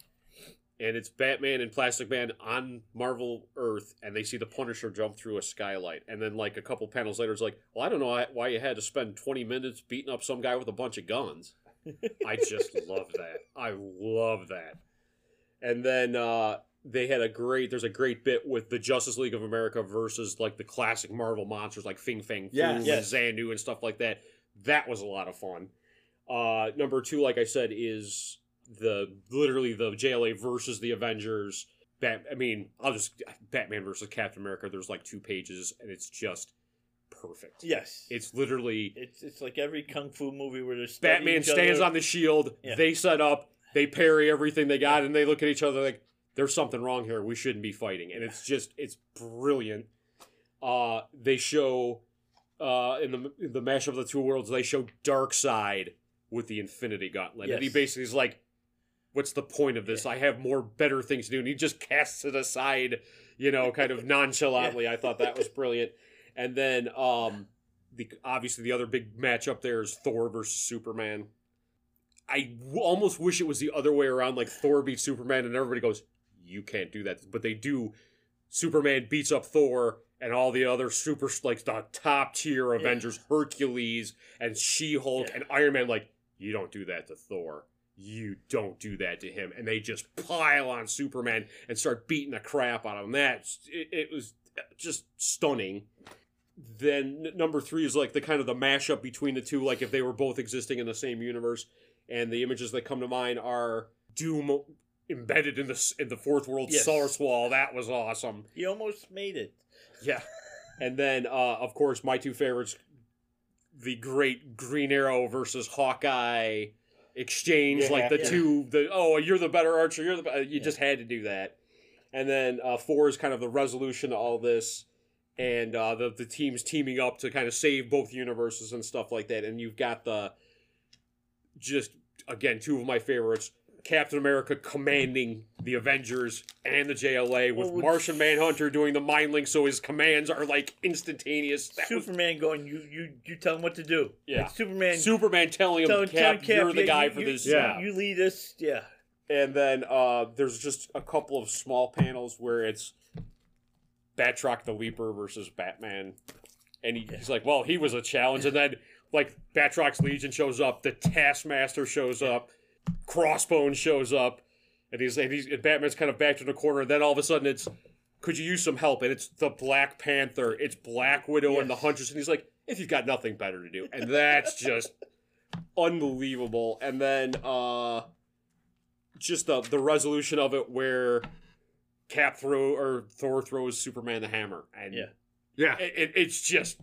Speaker 1: and it's Batman and Plastic Man on Marvel Earth, and they see the Punisher jump through a skylight, and then like a couple panels later, it's like, well, I don't know why you had to spend twenty minutes beating up some guy with a bunch of guns. I just love that. I love that. And then uh, they had a great. There's a great bit with the Justice League of America versus like the classic Marvel monsters like Fing Fang Foo
Speaker 3: Yes.
Speaker 1: and
Speaker 2: Yes.
Speaker 1: Xandu and stuff like that. That was a lot of fun. Uh, number two, like I said, is the literally the JLA versus the Avengers. Bat, I mean, I'll just Batman versus Captain America. There's like two pages, and it's just perfect.
Speaker 2: Yes.
Speaker 1: It's literally
Speaker 2: It's it's like every kung fu movie where there's
Speaker 1: Batman stands on the shield.
Speaker 2: Yeah.
Speaker 1: They set up. They parry everything they got, and they look at each other like, "There's something wrong here. We shouldn't be fighting." And it's just, it's brilliant. Uh, they show uh, in the in the mashup of the two worlds. They show Dark Side with the Infinity Gauntlet, and he
Speaker 2: Yes.
Speaker 1: basically is like, "What's the point of this? I have more better things to do." And he just [laughs] casts it aside, you know, kind of nonchalantly. I thought that was brilliant. And then, um, the obviously the other big matchup there is Thor versus Superman. I w- almost wish it was the other way around, like Thor beats Superman, and everybody goes, "You can't do that," but they do. Superman beats up Thor, and all the other super like the top tier
Speaker 2: Yeah.
Speaker 1: Avengers, Hercules and She Hulk
Speaker 2: Yeah.
Speaker 1: and Iron Man. Like, you don't do that to Thor. You don't do that to him. And they just pile on Superman and start beating the crap out of him. That's it, it was just stunning then n- number three is like the kind of the mashup between the two, like if they were both existing in the same universe. And the images that come to mind are Doom embedded in the s- in the fourth world
Speaker 2: Yes.
Speaker 1: source wall. That was awesome.
Speaker 2: He almost made it.
Speaker 1: Yeah. And then, uh, of course, my two favorites the great Green Arrow versus Hawkeye exchange.
Speaker 2: Yeah,
Speaker 1: like the
Speaker 2: yeah.
Speaker 1: two, the oh, you're the better archer. You're the be-" You
Speaker 2: Yeah.
Speaker 1: just had to do that. And then uh, four is kind of the resolution to all this. And uh, the, the teams teaming up to kind of save both universes and stuff like that. And you've got the just, again, two of my favorites Captain America commanding the Avengers and the JLA with
Speaker 2: Well, with-
Speaker 1: Martian Manhunter doing the mind link, so his commands are like instantaneous. That was-
Speaker 2: Superman going, you you you tell him what to do.
Speaker 1: Yeah.
Speaker 2: Like Superman.
Speaker 1: Superman telling him,
Speaker 2: telling-
Speaker 1: Cap,
Speaker 2: telling Cap,
Speaker 1: you're the
Speaker 2: yeah,
Speaker 1: guy
Speaker 2: you-
Speaker 1: for
Speaker 2: you-
Speaker 1: this.
Speaker 5: Yeah.
Speaker 2: You lead us. Yeah.
Speaker 1: And then uh, there's just a couple of small panels where it's Batroc the Leaper versus Batman. And he, he's like, well, he was a challenge. And then, like, Batroc's Legion shows up, the Taskmaster shows up, Crossbone shows up, and he's, and he's and Batman's kind of backed in the corner. And then all of a sudden, it's, could you use some help? And it's the Black Panther, it's Black Widow, and the
Speaker 2: Yes.
Speaker 1: Huntress. And he's like, if you've got nothing better to do. And that's just unbelievable. And then, uh, just the the resolution of it where Cap throw or Thor throws Superman the hammer, and
Speaker 2: Yeah.
Speaker 5: Yeah.
Speaker 1: it, it- it's just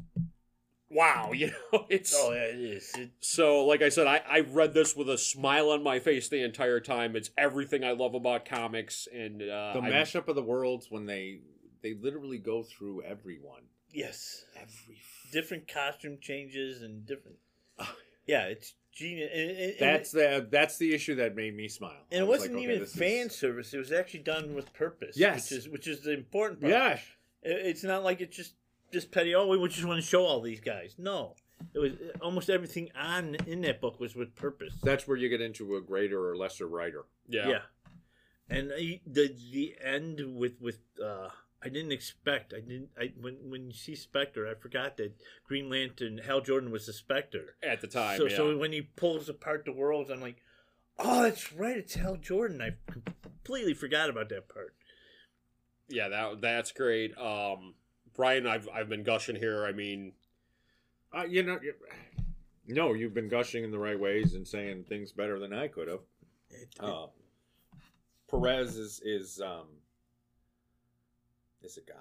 Speaker 1: wow, [laughs] you know. It's
Speaker 2: Oh yeah, it is. It,
Speaker 1: so like I said, I I read this with a smile on my face the entire time. It's everything I love about comics, and uh,
Speaker 5: The
Speaker 1: I-
Speaker 5: mashup of the worlds when they they literally go through everyone.
Speaker 2: yes.
Speaker 5: Every
Speaker 2: Different costume changes and different. Yeah, it's genius. And, and, and-
Speaker 5: that's the that's the issue that made me smile.
Speaker 2: and
Speaker 5: I
Speaker 2: it
Speaker 5: was
Speaker 2: wasn't
Speaker 5: like, okay,
Speaker 2: even
Speaker 5: this is-
Speaker 2: fan service. It was actually done with purpose.
Speaker 5: Yes.
Speaker 2: Which is which is the important part.
Speaker 5: Yeah,
Speaker 2: It- It's not like it's just just petty. Oh, we just want to show all these guys. No, it was almost everything on in that book was with purpose.
Speaker 5: that's where you get into a greater or lesser writer.
Speaker 1: yeah.
Speaker 2: yeah. And I, the the end with with uh, I didn't expect. I didn't. I when when you see Spectre, I forgot that Green Lantern Hal Jordan was the Spectre.
Speaker 1: at the time,
Speaker 2: so
Speaker 1: yeah.
Speaker 2: so when he pulls apart the worlds, I'm like, oh, that's right. It's Hal Jordan. I completely forgot about that part.
Speaker 1: yeah, that that's great. Um, Brian, I've I've been gushing here. I mean,
Speaker 5: Uh, you know, you- [sighs] no, you've been gushing in the right ways and saying things better than I could have.
Speaker 2: It- it-
Speaker 1: Oh.
Speaker 5: Um, Perez is is um is a god.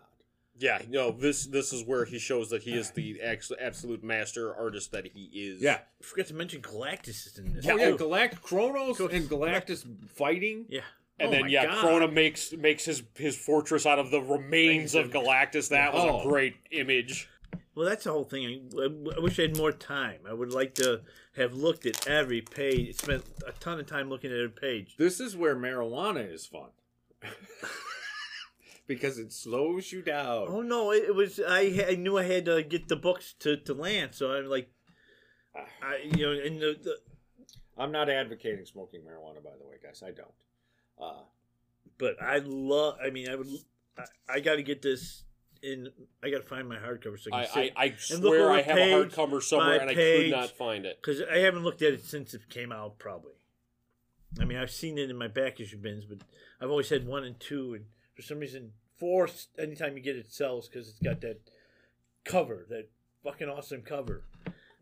Speaker 1: yeah, no, this this is where he shows that
Speaker 5: [laughs]
Speaker 1: he is the ex- absolute master artist that he is.
Speaker 5: Yeah.
Speaker 2: I forgot to mention Galactus is in this.
Speaker 5: Oh yeah,
Speaker 2: too.
Speaker 5: Galact Kronos
Speaker 2: Go-
Speaker 5: and Galactus fighting.
Speaker 2: yeah.
Speaker 1: And
Speaker 5: Oh
Speaker 1: then
Speaker 5: my
Speaker 1: yeah,
Speaker 5: God.
Speaker 1: Crona makes makes his his fortress out of the remains of Galactus. That was
Speaker 5: Oh.
Speaker 1: a great image.
Speaker 2: Well, that's the whole thing. I, I wish I had more time. I would like to have looked at every page. Spent a ton of time looking at every page.
Speaker 5: This is where marijuana is fun. [laughs] because it slows you down.
Speaker 2: Oh no! It, it was I. ha- I knew I had to get the books to to land, so I'm like,
Speaker 5: Ah.
Speaker 2: I you know, and the, the
Speaker 5: I'm not advocating smoking marijuana, by the way, guys. I don't. Uh,
Speaker 2: but I love. I mean, I would. I, I got to get this in. I got to find my hardcover so I
Speaker 1: I,
Speaker 2: can
Speaker 1: I, I
Speaker 2: sit look
Speaker 1: swear
Speaker 2: over
Speaker 1: I have
Speaker 2: page
Speaker 1: a hardcover somewhere
Speaker 2: by
Speaker 1: and I
Speaker 2: page.
Speaker 1: could not find it.
Speaker 2: because I haven't looked at it since it came out. Probably. I mean, I've seen it in my back issue bins, but I've always had one and two, and for some reason, four. s- Anytime you get it, sells because it's got that cover, that fucking awesome cover.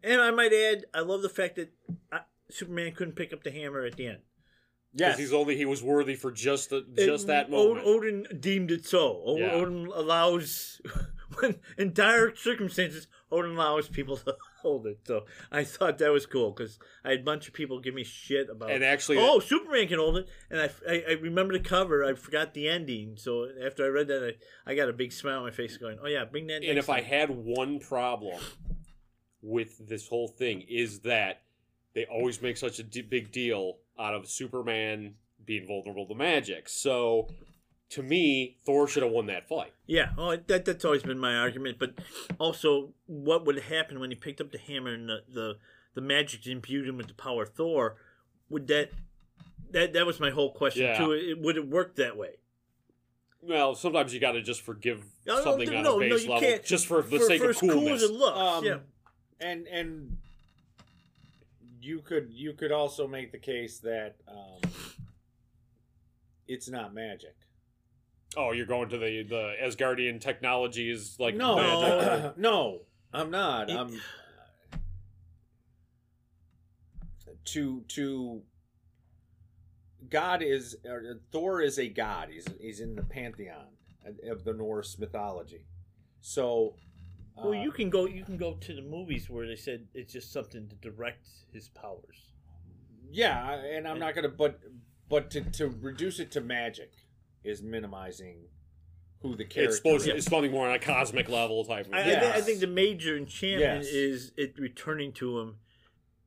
Speaker 2: And I might add, I love the fact that I, Superman couldn't pick up the hammer at the end.
Speaker 1: Because he's only he was worthy for just the, just
Speaker 2: It- oh,
Speaker 1: that
Speaker 2: Od-
Speaker 1: moment.
Speaker 2: Odin deemed it so. O-
Speaker 1: Yeah.
Speaker 2: Odin allows, [laughs] when in dire circumstances, Odin allows people to [laughs] hold it. So I thought that was cool because I had a bunch of people give me shit about.
Speaker 1: And actually-
Speaker 2: oh, Superman can hold it, and I, I, I remember the cover. I forgot the ending, so after I read that, I, I got a big smile on my face, going, "Oh yeah, bring that."
Speaker 1: and if I had one problem with this whole thing is that they always make such a d- big deal out of Superman being vulnerable to magic. So to me, Thor should have won that fight.
Speaker 2: Yeah, oh, that that's always been my argument. But also, what would happen when he picked up the hammer and the the, the magic imbued him with the power of Thor? Would that that that was my whole question
Speaker 1: Yeah.
Speaker 2: too? It, would it work that way?
Speaker 1: Well, sometimes you got to just forgive
Speaker 2: No, no,
Speaker 1: something
Speaker 2: no,
Speaker 1: on
Speaker 2: no,
Speaker 1: a base
Speaker 2: you
Speaker 1: level
Speaker 2: can't.
Speaker 1: just for the sake
Speaker 2: for
Speaker 1: of
Speaker 2: as cool
Speaker 1: coolness.
Speaker 2: as it looks,
Speaker 3: Um,
Speaker 2: yeah.
Speaker 3: and and you could you could also make the case that um, it's not magic.
Speaker 1: oh, you're going to the the Asgardian technology is like
Speaker 3: no,
Speaker 1: magic.
Speaker 2: magic.
Speaker 3: [clears throat] no, I'm not.
Speaker 2: It-
Speaker 3: I'm to to God is or uh, Thor is a god. He's he's in the pantheon of the Norse mythology. So, uh,
Speaker 2: Well, you can go you can go to the movies where they said it's just something to direct his powers.
Speaker 3: Yeah, I- and I'm not gonna but but to, to reduce it to magic is minimizing who the [laughs] character
Speaker 1: It's supposed
Speaker 3: is.
Speaker 1: it's something more on a cosmic level type of
Speaker 2: I, I,
Speaker 3: Yes.
Speaker 2: thi- I think the major enchantment
Speaker 3: Yes.
Speaker 2: is it returning to him,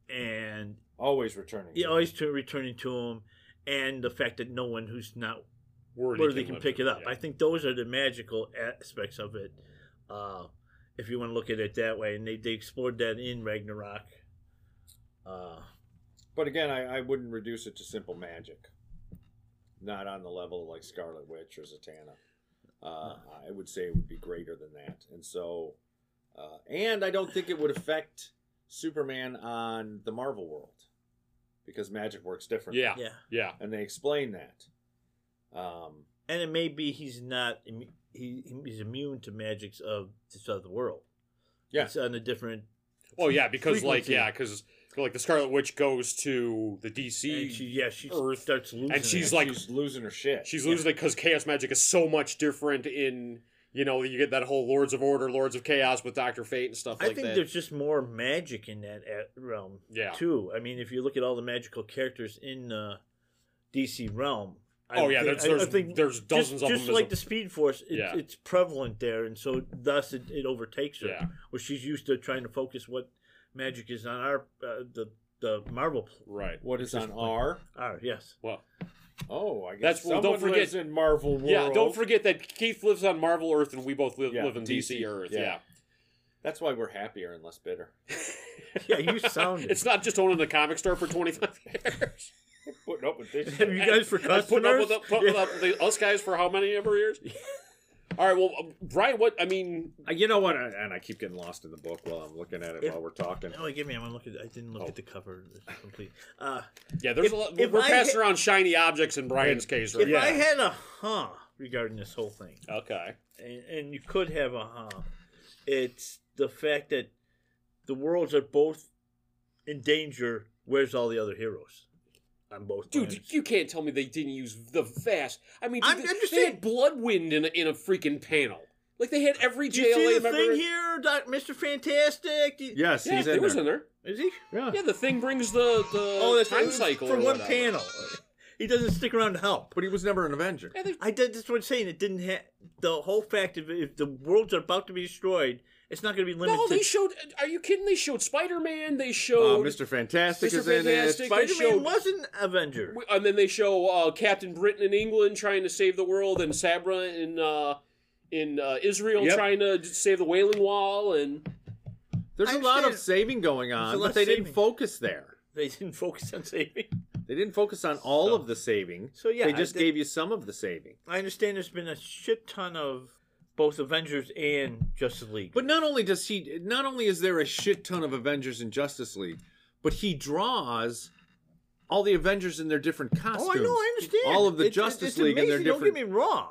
Speaker 2: and
Speaker 3: always returning.
Speaker 2: yeah,
Speaker 3: to
Speaker 2: always to returning to him, and the fact that no one who's not
Speaker 1: word
Speaker 2: where they can pick it up.
Speaker 1: Yeah.
Speaker 2: I think those are the magical aspects of it, uh, if you want to look at it that way. And they, they explored that in Ragnarok. Uh,
Speaker 3: But again, I, I wouldn't reduce it to simple magic. Not on the level of like Scarlet Witch or Zatanna. Uh, I would say it would be greater than that. And so, uh, and I don't think it would affect Superman on the Marvel world because magic works differently.
Speaker 1: yeah,
Speaker 2: yeah,
Speaker 1: yeah.
Speaker 3: And they explain that. Um,
Speaker 2: and it may be he's not im- he he's immune to magics of this other world.
Speaker 3: Yeah.
Speaker 2: it's on a different.
Speaker 1: Oh yeah, because like
Speaker 2: frequency.
Speaker 1: yeah, because like the Scarlet Witch goes to the DC,
Speaker 2: And she, yeah, she
Speaker 1: Earth,
Speaker 2: starts losing.
Speaker 1: and she's
Speaker 2: it.
Speaker 1: like
Speaker 3: she's losing her shit.
Speaker 1: she's losing it because chaos magic is so much different. In you know you get that whole Lords of Order, Lords of Chaos with Doctor Fate and stuff
Speaker 2: I
Speaker 1: like
Speaker 2: think
Speaker 1: that.
Speaker 2: there's just more magic in that at- realm,
Speaker 1: Yeah.
Speaker 2: too. I mean, if you look at all the magical characters in uh, DC realm, I
Speaker 1: oh yeah,
Speaker 2: think-
Speaker 1: there's
Speaker 2: I- I
Speaker 1: there's,
Speaker 2: think
Speaker 1: there's
Speaker 2: just,
Speaker 1: dozens of
Speaker 2: just
Speaker 1: them.
Speaker 2: like
Speaker 1: as
Speaker 2: the Speed Force, it,
Speaker 1: Yeah.
Speaker 2: it's prevalent there, and so thus it, it overtakes
Speaker 1: a,
Speaker 2: her.
Speaker 1: yeah,
Speaker 2: Where she's used to trying to focus what magic is on our uh, the the Marvel pl-
Speaker 1: right.
Speaker 3: What is on R?
Speaker 2: our yes.
Speaker 1: Well,
Speaker 3: Oh, I
Speaker 1: That's-
Speaker 3: guess
Speaker 1: well,
Speaker 3: someone
Speaker 1: don't forget-
Speaker 3: lives in Marvel world.
Speaker 1: yeah. Don't forget that Keith lives on Marvel Earth and we both live,
Speaker 3: Yeah,
Speaker 1: live in DC,
Speaker 3: DC,
Speaker 1: Earth.
Speaker 3: yeah.
Speaker 1: Yeah,
Speaker 3: That's why we're happier and less [laughs] bitter.
Speaker 1: [laughs]
Speaker 2: Yeah, you sounded.
Speaker 1: it's not just owning the comic store for 25 [laughs] years.
Speaker 3: Putting up with this.
Speaker 2: [laughs] Have you guys
Speaker 1: [laughs]
Speaker 2: for
Speaker 1: I put up
Speaker 2: customers?
Speaker 1: with, putting
Speaker 2: Yeah.
Speaker 1: up with the- us guys for how many ever [laughs] years? All right, well, uh, Brian, what I mean,
Speaker 3: Uh, [laughs] You know what? I, and I keep getting lost in the book while I'm looking at it
Speaker 2: If-
Speaker 3: while we're talking.
Speaker 2: Oh, give me. I'm gonna look at. I didn't look
Speaker 3: Oh.
Speaker 2: at the cover complete. Uh,
Speaker 1: yeah, there's
Speaker 2: If-
Speaker 1: a lot.
Speaker 2: if
Speaker 1: We're
Speaker 2: I
Speaker 1: passing
Speaker 2: had-
Speaker 1: around shiny objects in Brian's case, right?
Speaker 2: if I had a huh regarding this whole thing,
Speaker 1: okay.
Speaker 2: and, and you could have a huh. It's the fact that the worlds are both in danger. Where's all the other heroes? On both
Speaker 1: Dude,
Speaker 2: planets.
Speaker 1: you can't tell me they didn't use the vast. I mean,
Speaker 2: I'm-
Speaker 1: dude,
Speaker 2: I'm just
Speaker 1: they
Speaker 2: saying-
Speaker 1: had Bloodwind in a, in a freaking panel. Like they had every
Speaker 2: Do you
Speaker 1: JLA
Speaker 2: see the
Speaker 1: member.
Speaker 2: thing here, Doc, Mr. Fantastic? Do you-
Speaker 3: Yes,
Speaker 1: yeah,
Speaker 3: he's
Speaker 1: he
Speaker 3: in
Speaker 1: was
Speaker 3: there.
Speaker 1: in there.
Speaker 2: Is he?
Speaker 3: Yeah.
Speaker 1: Yeah, the thing brings the the
Speaker 2: [laughs] Oh, that's
Speaker 1: time
Speaker 2: right.
Speaker 1: cycle
Speaker 2: for
Speaker 1: or
Speaker 2: one
Speaker 1: whatever.
Speaker 2: panel. He doesn't stick around to help.
Speaker 5: But he was never an Avenger.
Speaker 1: Yeah, they,
Speaker 2: I did. That's what I'm saying. It didn't have the whole fact of if the worlds are about to be destroyed, it's not going to be limited.
Speaker 1: no,
Speaker 2: to
Speaker 1: they showed. Are you kidding? They showed Spider Man. They
Speaker 5: Uh,
Speaker 3: Oh,
Speaker 1: showed
Speaker 5: Mr. Fantastic
Speaker 1: Mr.
Speaker 5: is in
Speaker 1: Fantastic.
Speaker 5: it.
Speaker 1: they
Speaker 2: Spider-Man
Speaker 1: showed-
Speaker 2: was an Avenger.
Speaker 1: and then they show uh, Captain Britain in England trying to save the world, and Sabra in uh, in uh, Israel
Speaker 5: Yep.
Speaker 1: trying to save the Wailing Wall, and
Speaker 5: There's
Speaker 2: I
Speaker 5: a lot of
Speaker 2: understand.
Speaker 5: saving going
Speaker 2: There's a
Speaker 5: on,
Speaker 2: lot
Speaker 5: but they
Speaker 2: saving.
Speaker 5: didn't focus there.
Speaker 2: They didn't focus on saving.
Speaker 5: They didn't focus on all
Speaker 2: So-
Speaker 5: of the saving.
Speaker 2: So, yeah,
Speaker 5: they
Speaker 2: I
Speaker 5: just
Speaker 2: did-
Speaker 5: gave you some of the saving.
Speaker 2: I understand there's been a shit ton of both Avengers and Justice League.
Speaker 5: But not only does he, not only is there a shit ton of Avengers in Justice League, but he draws all the Avengers in their different costumes.
Speaker 2: oh, I know, I understand.
Speaker 5: All of the
Speaker 2: It's- it's-
Speaker 5: Justice
Speaker 2: it's
Speaker 5: League and their
Speaker 2: amazing,
Speaker 5: different.
Speaker 2: Don't get me wrong.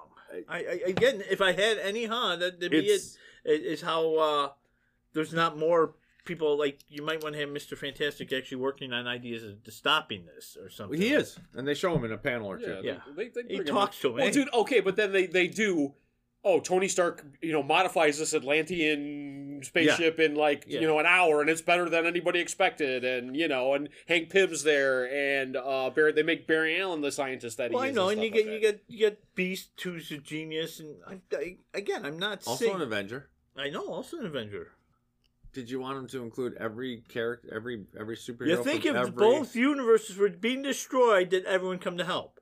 Speaker 2: I, I again, if I had any, huh, that, that'd be it.
Speaker 5: It's-
Speaker 2: it- Is how uh, there's not more people like you might want to have Mister Fantastic actually working on ideas of stopping this or something.
Speaker 5: he is, and they show him in a panel or two.
Speaker 2: Yeah.
Speaker 1: They, they
Speaker 2: He
Speaker 1: bring him
Speaker 2: talks to him.
Speaker 1: Well, dude, okay, but then they, they do. Oh, Tony Stark, you know, modifies this Atlantean spaceship in like
Speaker 2: Yeah.
Speaker 1: you know an hour, and it's better than anybody expected, and you know, and Hank Pym's there, and uh, Barry, they make Barry Allen the scientist that
Speaker 2: Well,
Speaker 1: he
Speaker 2: I
Speaker 1: is.
Speaker 2: know, and
Speaker 1: and
Speaker 2: you get you get you get Beast, who's a genius, and I, I, again, I'm not
Speaker 5: Also
Speaker 2: saying
Speaker 5: an Avenger.
Speaker 2: I know, also an Avenger.
Speaker 5: Did you want him to include every character, every every superhero?
Speaker 2: You think if
Speaker 5: from every...
Speaker 2: both universes were being destroyed, did everyone come to help?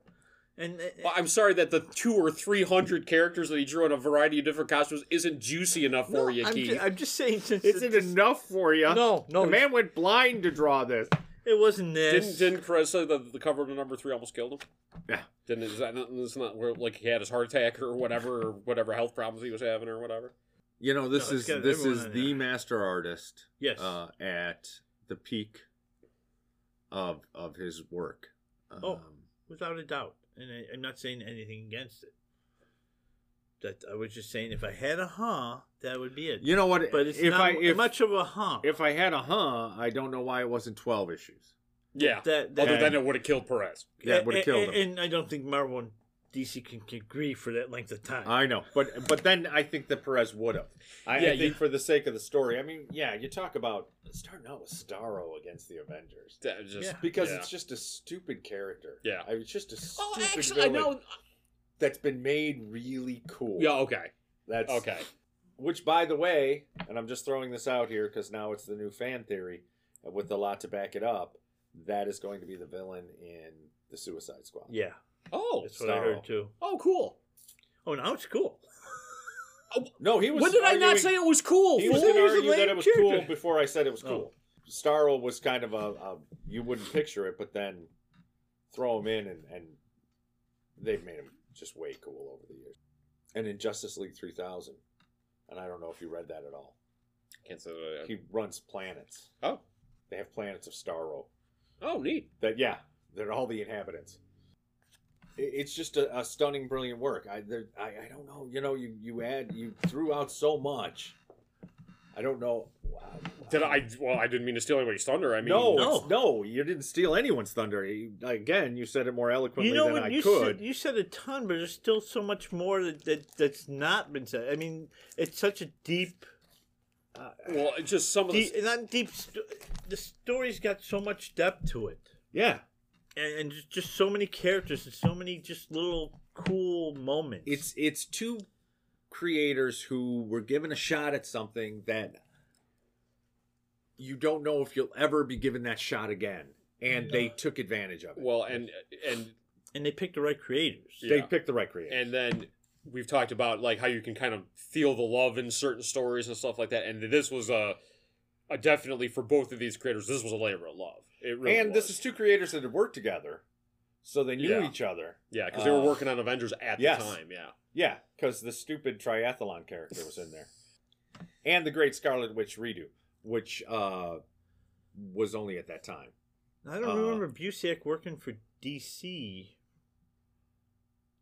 Speaker 2: And
Speaker 1: Well, I'm sorry that the two or three hundred characters that he drew in a variety of different costumes isn't juicy enough for you,
Speaker 2: I'm,
Speaker 1: Keith.
Speaker 2: ju- I'm just saying since
Speaker 5: Is
Speaker 2: it
Speaker 5: it enough for you?
Speaker 2: No, no,
Speaker 5: The man went blind to draw this.
Speaker 2: it wasn't
Speaker 1: Didn't
Speaker 2: this.
Speaker 1: didn't Chris say that the cover of the number three almost killed him?
Speaker 5: Yeah.
Speaker 1: Didn't is that not, is not where like he had his heart attack or whatever or whatever health problems he was having or whatever?
Speaker 5: You know, this
Speaker 2: No, it's
Speaker 5: is
Speaker 2: got
Speaker 5: this
Speaker 2: everyone
Speaker 5: is
Speaker 2: in
Speaker 5: the
Speaker 2: there.
Speaker 5: master artist
Speaker 2: yes.
Speaker 5: uh, at the peak of of his work. Um,
Speaker 2: Oh. without a doubt. And I, I'm not saying anything against it. That I was just saying, if I had a huh, that would be it.
Speaker 5: you know what?
Speaker 2: but it's
Speaker 5: if
Speaker 2: not
Speaker 5: I if,
Speaker 2: much of a huh.
Speaker 5: if I had a huh, I don't know why it wasn't twelve issues.
Speaker 1: Yeah.
Speaker 2: that, that
Speaker 1: Other than
Speaker 5: And-
Speaker 1: it would have killed Perez.
Speaker 5: Yeah, it would have
Speaker 2: and-
Speaker 5: killed
Speaker 2: and,
Speaker 5: him.
Speaker 2: and I don't think Marvel and DC can, can agree for that length of time.
Speaker 5: I know,
Speaker 3: But but then I think that Perez would have. I, I
Speaker 1: Yeah,
Speaker 3: think
Speaker 1: you-
Speaker 3: for the sake of the story. I mean, yeah, you talk about starting out with Starro against the Avengers
Speaker 1: That just
Speaker 2: Yeah.
Speaker 3: because
Speaker 1: yeah.
Speaker 3: it's just a stupid character.
Speaker 1: Yeah.
Speaker 3: I mean, it's just a stupid
Speaker 1: Oh, actually, I
Speaker 3: villain
Speaker 1: know.
Speaker 3: that's been made really cool.
Speaker 1: Yeah, okay,
Speaker 3: that's
Speaker 1: okay.
Speaker 3: Which, by the way, and I'm just throwing this out here because now it's the new fan theory uh, with a lot to back it up. That is going to be the villain in the Suicide Squad.
Speaker 2: yeah,
Speaker 1: Oh,
Speaker 2: that's what I heard too.
Speaker 1: oh, cool.
Speaker 2: Oh, now it's cool.
Speaker 3: No, he was.
Speaker 1: when did I not
Speaker 3: arguing-
Speaker 1: say it was cool?
Speaker 3: He was
Speaker 1: fool?
Speaker 3: going to
Speaker 2: Oh, He's a
Speaker 3: argue that
Speaker 2: lame
Speaker 3: it was
Speaker 2: character.
Speaker 3: cool before I said it was
Speaker 2: Oh.
Speaker 3: cool. Starro was kind of a, a you wouldn't picture it, but then throw him in, and, and they've made him just way cool over the years. And in Justice League 3000, and I don't know if you read that at all.
Speaker 1: Can't say that
Speaker 3: He runs planets.
Speaker 1: I- oh,
Speaker 3: They have planets of Starro.
Speaker 1: oh, neat.
Speaker 3: That yeah, they're all the inhabitants. I- It's just a, a stunning, brilliant work. I, there, I I don't know. You know, you you add you threw out so much. I don't know. Wow.
Speaker 1: Did I? Well, I didn't mean to steal anybody's thunder. I mean,
Speaker 5: no,
Speaker 2: no.
Speaker 5: it's- no, you didn't steal anyone's thunder. You- Again, you said it more eloquently
Speaker 2: You know
Speaker 5: than
Speaker 2: what
Speaker 5: I
Speaker 2: you
Speaker 5: could.
Speaker 2: said? You said a ton, but there's still so much more that, that that's not been said. I mean, it's such a deep,
Speaker 1: Well, it's just some of the.
Speaker 2: deep not deep. St- the story's got so much depth to it,
Speaker 5: yeah,
Speaker 2: and, and just, just so many characters and so many just little cool moments.
Speaker 5: it's it's two creators who were given a shot at something that you don't know if you'll ever be given that shot again, and they took advantage of it.
Speaker 1: Well, and and
Speaker 2: and they picked the right creators.
Speaker 1: Yeah.
Speaker 5: they picked the right creator.
Speaker 1: and then we've talked about like how you can kind of feel the love in certain stories and stuff like that and this was a, a definitely for both of these creators this was a labor of love it really
Speaker 3: and this
Speaker 1: was.
Speaker 3: is two creators that had worked together, so they knew
Speaker 1: Yeah.
Speaker 3: each other.
Speaker 1: yeah because they were
Speaker 3: uh,
Speaker 1: working on avengers at
Speaker 3: yes.
Speaker 1: the time yeah
Speaker 3: Yeah, because the stupid triathlon character was in
Speaker 2: [laughs]
Speaker 3: there, and the Great Scarlet Witch redo.
Speaker 5: which uh, was only at that time.
Speaker 2: I don't
Speaker 5: Uh,
Speaker 2: remember Busiek working for DC.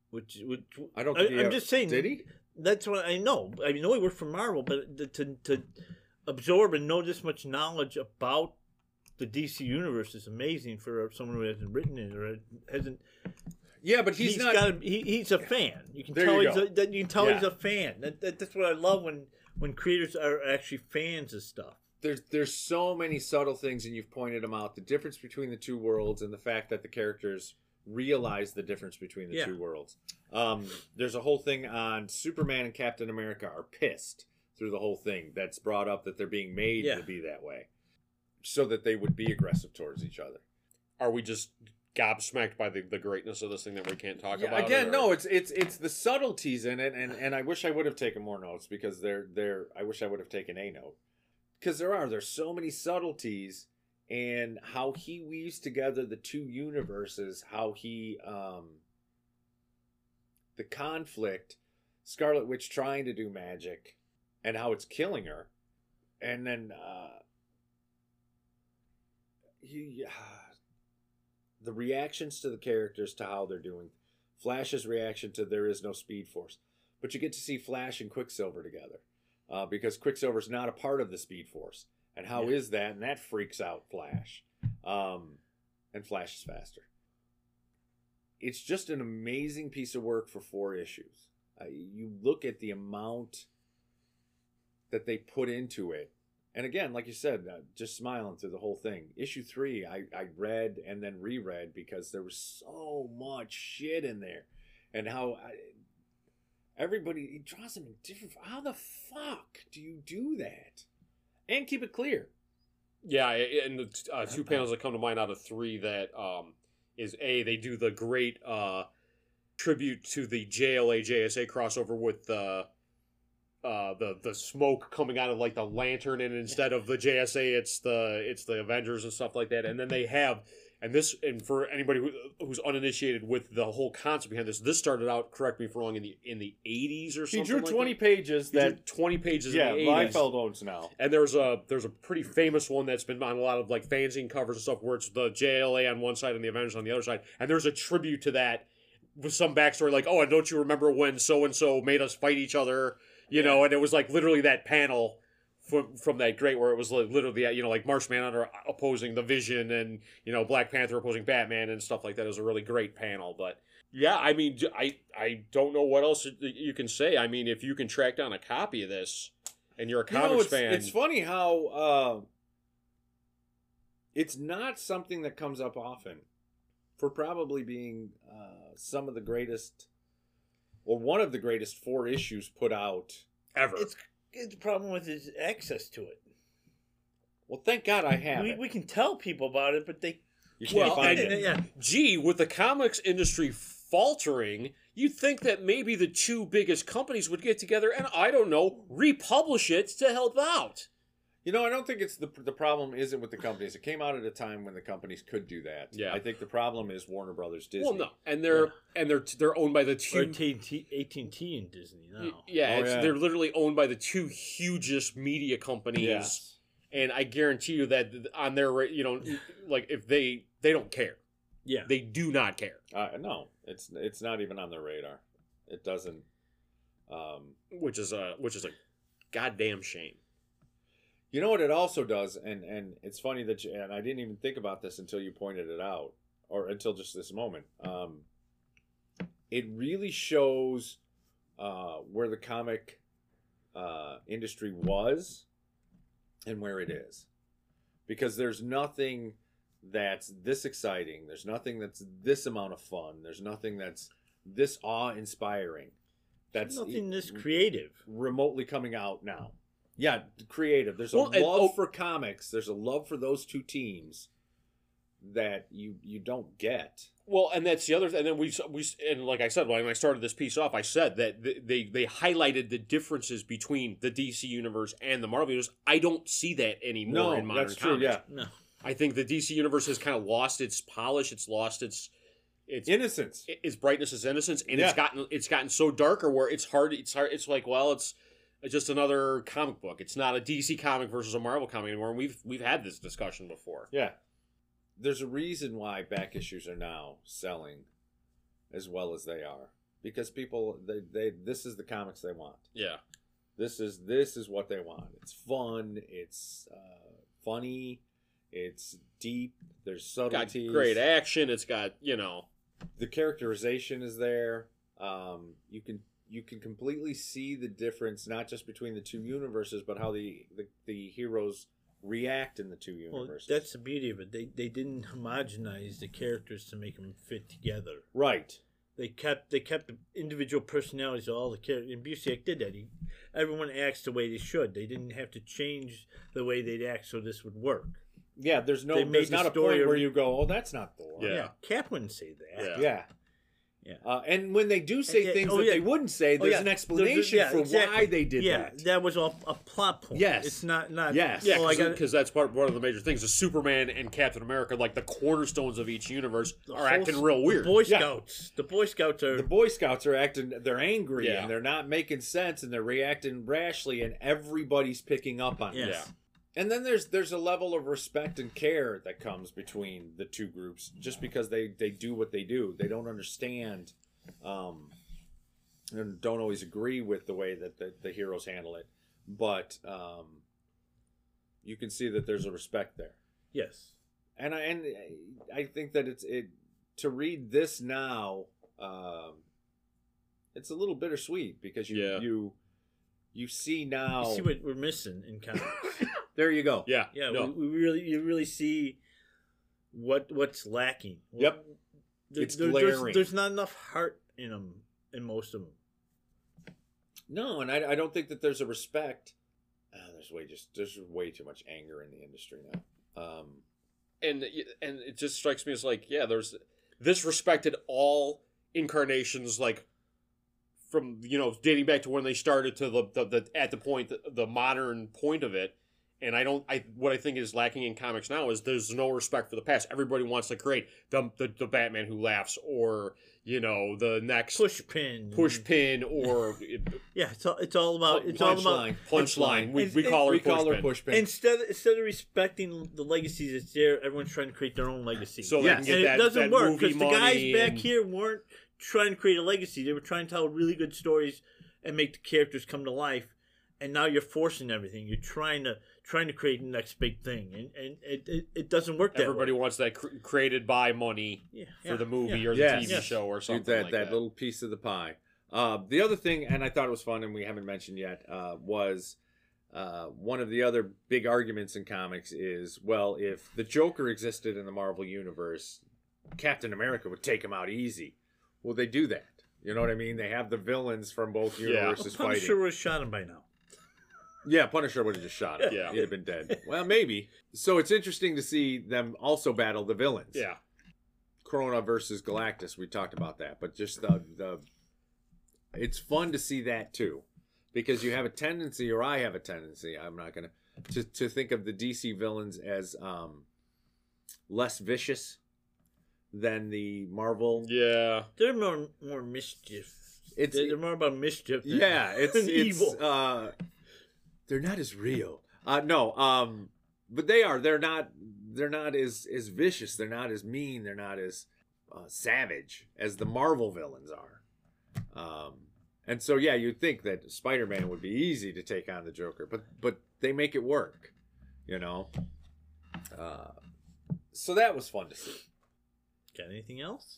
Speaker 2: Which, which
Speaker 5: I don't.
Speaker 2: I,
Speaker 5: Think he
Speaker 2: am
Speaker 5: ever-
Speaker 2: just saying.
Speaker 5: Oh, Did he?
Speaker 2: That's what I know. I know he worked for Marvel, but the, to to absorb and know this much knowledge about the DC universe is amazing for someone who hasn't written it or hasn't.
Speaker 5: Yeah, but he's,
Speaker 2: he's
Speaker 5: not.
Speaker 2: got. A, he, he's a fan. You can
Speaker 5: There
Speaker 2: tell
Speaker 5: you
Speaker 2: he's
Speaker 5: go.
Speaker 2: a, that you can tell he's
Speaker 5: Yeah.
Speaker 2: a fan. That, that, that's what I love when when creators are actually fans of stuff.
Speaker 5: there's there's so many subtle things, and you've pointed them out. The difference between the two worlds, and the fact that the characters realize the difference between the
Speaker 2: Yeah.
Speaker 5: two worlds. Um, there's a whole thing on Superman and Captain America are pissed through the whole thing. That's brought up that they're being made
Speaker 2: Yeah.
Speaker 5: to be that way, so that they would be aggressive towards each other.
Speaker 1: are we just gobsmacked by the, the greatness of this thing that we can't talk
Speaker 5: Yeah,
Speaker 1: about
Speaker 5: again
Speaker 1: or-
Speaker 5: no
Speaker 1: or-
Speaker 5: it's it's it's the subtleties in
Speaker 3: And,
Speaker 5: it
Speaker 3: and and and I wish I would have taken more notes because they're they're I wish I would have taken a note
Speaker 5: because there are there's so many subtleties
Speaker 3: and how he weaves together the two universes, how he um the conflict, Scarlet Witch trying to do magic and how it's killing her. And then uh he, [sighs] the reactions to the characters to how they're doing. Flash's reaction to there is no speed force. But you get to see Flash and Quicksilver together. Uh, because Quicksilver's not a part of the Speed Force. And how is
Speaker 2: Yeah.
Speaker 3: that? And that freaks out Flash. Um, and Flash is faster. It's just an amazing piece of work for four issues. Uh, you look at the amount that they put into it. And again, like you said, uh, just smiling through the whole thing. Issue three, I, I read and then reread because there was so much shit in there. And how I, everybody, he draws them in different. How the fuck do you do that? And keep it clear.
Speaker 1: Yeah, a- and the uh, two panels that come to mind out of three that um, is a they do the great uh, tribute to the JLA JSA crossover with the uh, the the smoke coming out of like the lantern, and instead of the JSA, it's the it's the Avengers and stuff like that. And then they have and this and for anybody who, who's uninitiated with the whole concept behind this, this started out correct me if I'm wrong in the in the 80s or something.
Speaker 3: He drew
Speaker 1: like
Speaker 3: 20
Speaker 1: that.
Speaker 3: pages
Speaker 1: He drew
Speaker 3: that,
Speaker 1: 20 pages.
Speaker 3: yeah,
Speaker 1: in the 80s.
Speaker 3: Liefeld owns now.
Speaker 1: And there's a there's a pretty famous one that's been on a lot of like fanzine covers and stuff, where it's the JLA on one side and the Avengers on the other side. And there's a tribute to that with some backstory, like, oh, and don't you remember when so and so made us fight each other? You know, and it was like literally that panel from from that great where it was like literally you know like Marsh Manhunter opposing the Vision and you know Black Panther opposing Batman and stuff like that. It was a really great panel, but. Yeah, I mean, j- I I don't know what else you can say. I mean, if you can track down a copy of this, and you're a
Speaker 3: You know,
Speaker 1: comics
Speaker 3: it's,
Speaker 1: fan,
Speaker 3: It's funny how uh, it's not something that comes up often for probably being uh, some of the greatest, or one of the greatest four issues put out.
Speaker 1: ever.
Speaker 2: It's, it's the problem with is access to it.
Speaker 3: Well, thank God I have
Speaker 2: We,
Speaker 3: it.
Speaker 2: we can tell people about it, but they
Speaker 3: you can't
Speaker 1: Well,
Speaker 3: find
Speaker 1: and-
Speaker 3: it.
Speaker 2: yeah,
Speaker 1: Gee, with the comics industry faltering, you'd think that maybe the two biggest companies would get together and I don't know, republish it to help out.
Speaker 3: You know, I don't think it's the the problem isn't with the companies. It came out at a time when the companies could do that.
Speaker 1: Yeah.
Speaker 3: I think the problem is Warner Brothers Disney.
Speaker 1: Well, no, and they're and they're they're owned by the
Speaker 2: or
Speaker 1: two.
Speaker 2: AT&T, AT&T and Disney now.
Speaker 1: Yeah,
Speaker 3: Oh,
Speaker 1: it's,
Speaker 3: yeah.
Speaker 1: they're literally owned by the two hugest media companies,
Speaker 3: Yes.
Speaker 1: and I guarantee you that on their ra- you know, like if they they don't care,
Speaker 2: Yeah.
Speaker 1: they do not care.
Speaker 3: Uh, no, it's it's not even on their radar. It doesn't. Um,
Speaker 1: Which is a which is a goddamn shame.
Speaker 3: You know what it also does, and and it's funny that you and I didn't even think about this until you pointed it out, or until just this moment. Um, it really shows uh, where the comic uh, industry was and where it is, because there's nothing that's this exciting. There's nothing that's this amount of fun. There's nothing that's this awe inspiring. That's
Speaker 2: nothing this creative.
Speaker 3: remotely coming out now. Yeah, creative. There's a
Speaker 1: Well, and-
Speaker 3: love
Speaker 1: oh-
Speaker 3: for comics. There's a love for those two teams that you you don't get.
Speaker 1: Well, and that's the other, and then we we and like I said when I started this piece off, I said that th- they they highlighted the differences between the DC universe and the Marvel universe. I don't see that anymore
Speaker 3: No,
Speaker 1: in modern
Speaker 3: that's true.
Speaker 1: comics.
Speaker 3: Yeah,
Speaker 2: No.
Speaker 1: I think the DC universe has kind of lost its polish, it's lost its its
Speaker 3: innocence.
Speaker 1: its brightness, its innocence, and it's
Speaker 3: Yeah.
Speaker 1: gotten it's gotten so darker where it's hard. It's hard. It's like well, it's just another comic book. It's not a DC comic versus a Marvel comic anymore. And we've we've had this discussion before.
Speaker 3: Yeah, there's a reason why back issues are now selling as well as they are because people they, they this is the comics they want.
Speaker 1: Yeah.
Speaker 3: this is this is what they want it's fun it's uh, funny it's deep there's
Speaker 1: Got
Speaker 3: subtleties
Speaker 1: great action. It's got you know.
Speaker 3: the characterization is there um, you can you can completely see the difference not just between the two universes but how the the, the heroes react in the two
Speaker 2: Well,
Speaker 3: universes
Speaker 2: that's the beauty of it. They they didn't homogenize the characters to make them fit together.
Speaker 3: right
Speaker 2: They kept they kept the individual personalities of all the characters. And Busiek did that. He, everyone acts the way they should. They didn't have to change the way they'd act so this would work.
Speaker 3: yeah there's no
Speaker 2: They made
Speaker 3: there's
Speaker 2: the
Speaker 3: not a
Speaker 2: story
Speaker 3: point
Speaker 2: a-
Speaker 3: where you go oh that's not thor
Speaker 1: Yeah.
Speaker 2: Cap wouldn't say that.
Speaker 1: Yeah.
Speaker 3: yeah
Speaker 2: Yeah.
Speaker 3: Uh, and when they do say
Speaker 2: yeah,
Speaker 3: things
Speaker 2: oh,
Speaker 3: that
Speaker 2: yeah.
Speaker 3: they wouldn't say,
Speaker 2: Oh,
Speaker 3: there's
Speaker 2: yeah.
Speaker 3: an
Speaker 2: There's a-
Speaker 3: explanation
Speaker 2: yeah,
Speaker 3: for
Speaker 2: exactly.
Speaker 3: why they did
Speaker 2: yeah,
Speaker 3: that.
Speaker 2: was all a plot point.
Speaker 3: Yes.
Speaker 2: it's not not.
Speaker 5: Yes.
Speaker 1: Yeah,
Speaker 2: oh, I got
Speaker 1: because that's part one of the major things. Is Superman and Captain America, like the cornerstones of each universe,
Speaker 2: the
Speaker 1: are
Speaker 2: whole s-
Speaker 1: acting real weird.
Speaker 2: The Boy
Speaker 3: Yeah.
Speaker 2: Scouts. The Boy Scouts are
Speaker 3: The Boy Scouts are acting, they're angry
Speaker 1: Yeah.
Speaker 3: and they're not making sense and they're reacting rashly and everybody's picking up on it.
Speaker 2: yes.
Speaker 3: and then there's there's a level of respect and care that comes between the two groups just because they they do what they do they don't understand um and don't always agree with the way that the, the heroes handle it but um you can see that there's a respect there
Speaker 2: Yes.
Speaker 3: and I and I think that it's it to read this now. Um, it's a little bittersweet because you
Speaker 1: Yeah.
Speaker 3: you you see now.
Speaker 2: You see what we're missing in comics.
Speaker 3: there you go.
Speaker 1: Yeah,
Speaker 2: yeah,
Speaker 1: no,
Speaker 2: we, we really you really see what what's lacking.
Speaker 3: Yep.
Speaker 2: There-
Speaker 3: It's
Speaker 2: there- there's-
Speaker 3: glaring.
Speaker 2: There's, not enough heart in them in most of them.
Speaker 3: No, and I, I don't think that there's a respect. Ah, there's way just there's way too much anger in the industry now. Um,
Speaker 1: and and it just strikes me as like, yeah, there's this respected all incarnations, like from you know dating back to when they started to the the, the at the point the, the modern point of it. And I don't. I what I think is lacking in comics now is there's no respect for the past. Everybody wants to create the the, the Batman who laughs, or you know the next
Speaker 2: Push pin.
Speaker 1: push
Speaker 2: [laughs]
Speaker 1: pin, or
Speaker 2: Yeah, Mm. Uh, it's all, it's all about it's all about
Speaker 3: punchline.
Speaker 1: punchline. We,
Speaker 2: It's-
Speaker 1: we
Speaker 2: it's-
Speaker 1: call her
Speaker 3: We
Speaker 1: push
Speaker 3: call her
Speaker 1: pin.
Speaker 3: pushpin.
Speaker 2: Instead, instead of respecting the legacies that's there, everyone's trying to create their own legacy.
Speaker 1: So they
Speaker 5: Yes.
Speaker 1: can
Speaker 2: and
Speaker 1: get
Speaker 2: it
Speaker 1: that, that
Speaker 2: doesn't work
Speaker 1: movie
Speaker 2: because the guys
Speaker 1: money
Speaker 2: back
Speaker 1: and-
Speaker 2: here weren't trying to create a legacy. They were trying to tell really good stories and make the characters come to life. And now you're forcing everything. You're trying to trying to create the next big thing, and and it, it, it doesn't work that
Speaker 1: Everybody
Speaker 2: way.
Speaker 1: wants that cr- created by money
Speaker 2: Yeah,
Speaker 1: for
Speaker 2: yeah,
Speaker 1: the movie
Speaker 2: yeah.
Speaker 1: or the
Speaker 3: Yes.
Speaker 1: TV
Speaker 2: Yes.
Speaker 1: show or something
Speaker 3: Dude, that,
Speaker 1: like
Speaker 3: that
Speaker 1: that.
Speaker 3: little piece of the pie. Uh, the other thing, and I thought it was fun, and we haven't mentioned yet, uh, was uh, one of the other big arguments in comics is well, if the Joker existed in the Marvel universe, Captain America would take him out easy. Well, they do that. You know what I mean? They have the villains from both
Speaker 1: Yeah.
Speaker 2: Well,
Speaker 3: [laughs] universes
Speaker 2: Punisher
Speaker 3: fighting.
Speaker 2: would have shot him by now.
Speaker 3: Yeah, Punisher would have just shot him.
Speaker 1: Yeah.
Speaker 3: he'd have been dead. Well, maybe. So it's interesting to see them also battle the villains.
Speaker 1: yeah,
Speaker 3: Corona versus Galactus. We talked about that, but just the the it's fun to see that too, because you have a tendency, or I have a tendency. I'm not gonna to to think of the DC villains as um less vicious than the Marvel.
Speaker 1: yeah.
Speaker 2: They're more more mischief.
Speaker 3: It's-
Speaker 2: they're, they're more about mischief. Than, [laughs]
Speaker 3: Yeah, it's
Speaker 2: than
Speaker 3: it's
Speaker 2: evil.
Speaker 3: uh they're not as real. Uh no, um but they are. They're not they're not as as vicious, they're not as mean, they're not as uh, savage as the Marvel villains are. Um and so yeah, you'd think that Spider-Man would be easy to take on the Joker, but but they make it work, you know. Uh so that was fun to see.
Speaker 2: Got anything else?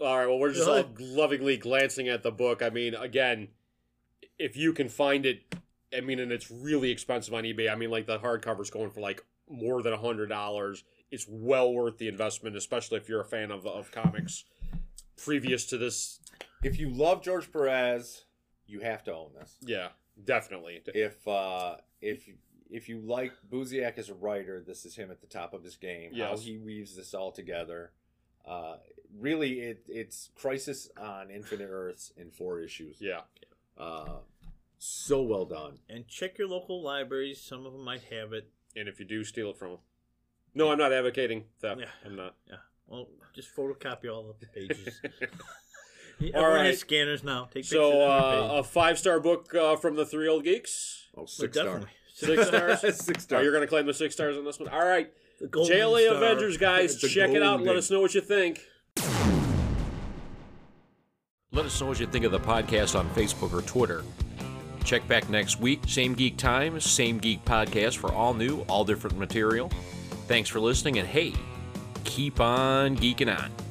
Speaker 1: All right. Well, we're just all
Speaker 2: Really?
Speaker 1: lovingly glancing at the book. I mean, again, if you can find it, I mean, and it's really expensive on eBay. I mean, like the hardcover's going for like more than a hundred dollars. It's well worth the investment, especially if you're a fan of of comics previous to this.
Speaker 3: If you love George Perez, you have to own this.
Speaker 1: Yeah, definitely.
Speaker 3: if uh if if you like Buziak as a writer, this is him at the top of his game. How
Speaker 1: Yes.
Speaker 3: he weaves this all together. Uh, really, it it's Crisis on Infinite Earths in four issues.
Speaker 1: Yeah.
Speaker 3: Uh, so well done.
Speaker 2: and check your local libraries. Some of them might have it.
Speaker 1: And if you do steal it from them, no, I'm not advocating theft.
Speaker 2: Yeah.
Speaker 1: I'm not.
Speaker 2: Well, just photocopy all of the
Speaker 1: [laughs]
Speaker 2: pages. all
Speaker 1: All right.
Speaker 2: has scanners now. Take
Speaker 1: So
Speaker 2: pictures
Speaker 1: uh, a five star book uh, from the three old geeks.
Speaker 3: Oh,
Speaker 2: every
Speaker 3: six
Speaker 2: page. Well, definitely.
Speaker 3: star.
Speaker 1: Six stars.
Speaker 3: [laughs] six
Speaker 1: Oh,
Speaker 3: star.
Speaker 1: you're gonna claim the six stars on this one. All right,
Speaker 2: [laughs] The golden
Speaker 1: JLA
Speaker 2: star.
Speaker 1: Avengers guys,
Speaker 3: The
Speaker 1: check it out. and Let
Speaker 3: golden.
Speaker 1: us know what you think.
Speaker 6: Let us know what you think of the podcast on Facebook or Twitter. Check back next week, same geek time, same geek podcast for all new, all different material. Thanks for listening, and hey, keep on geeking on.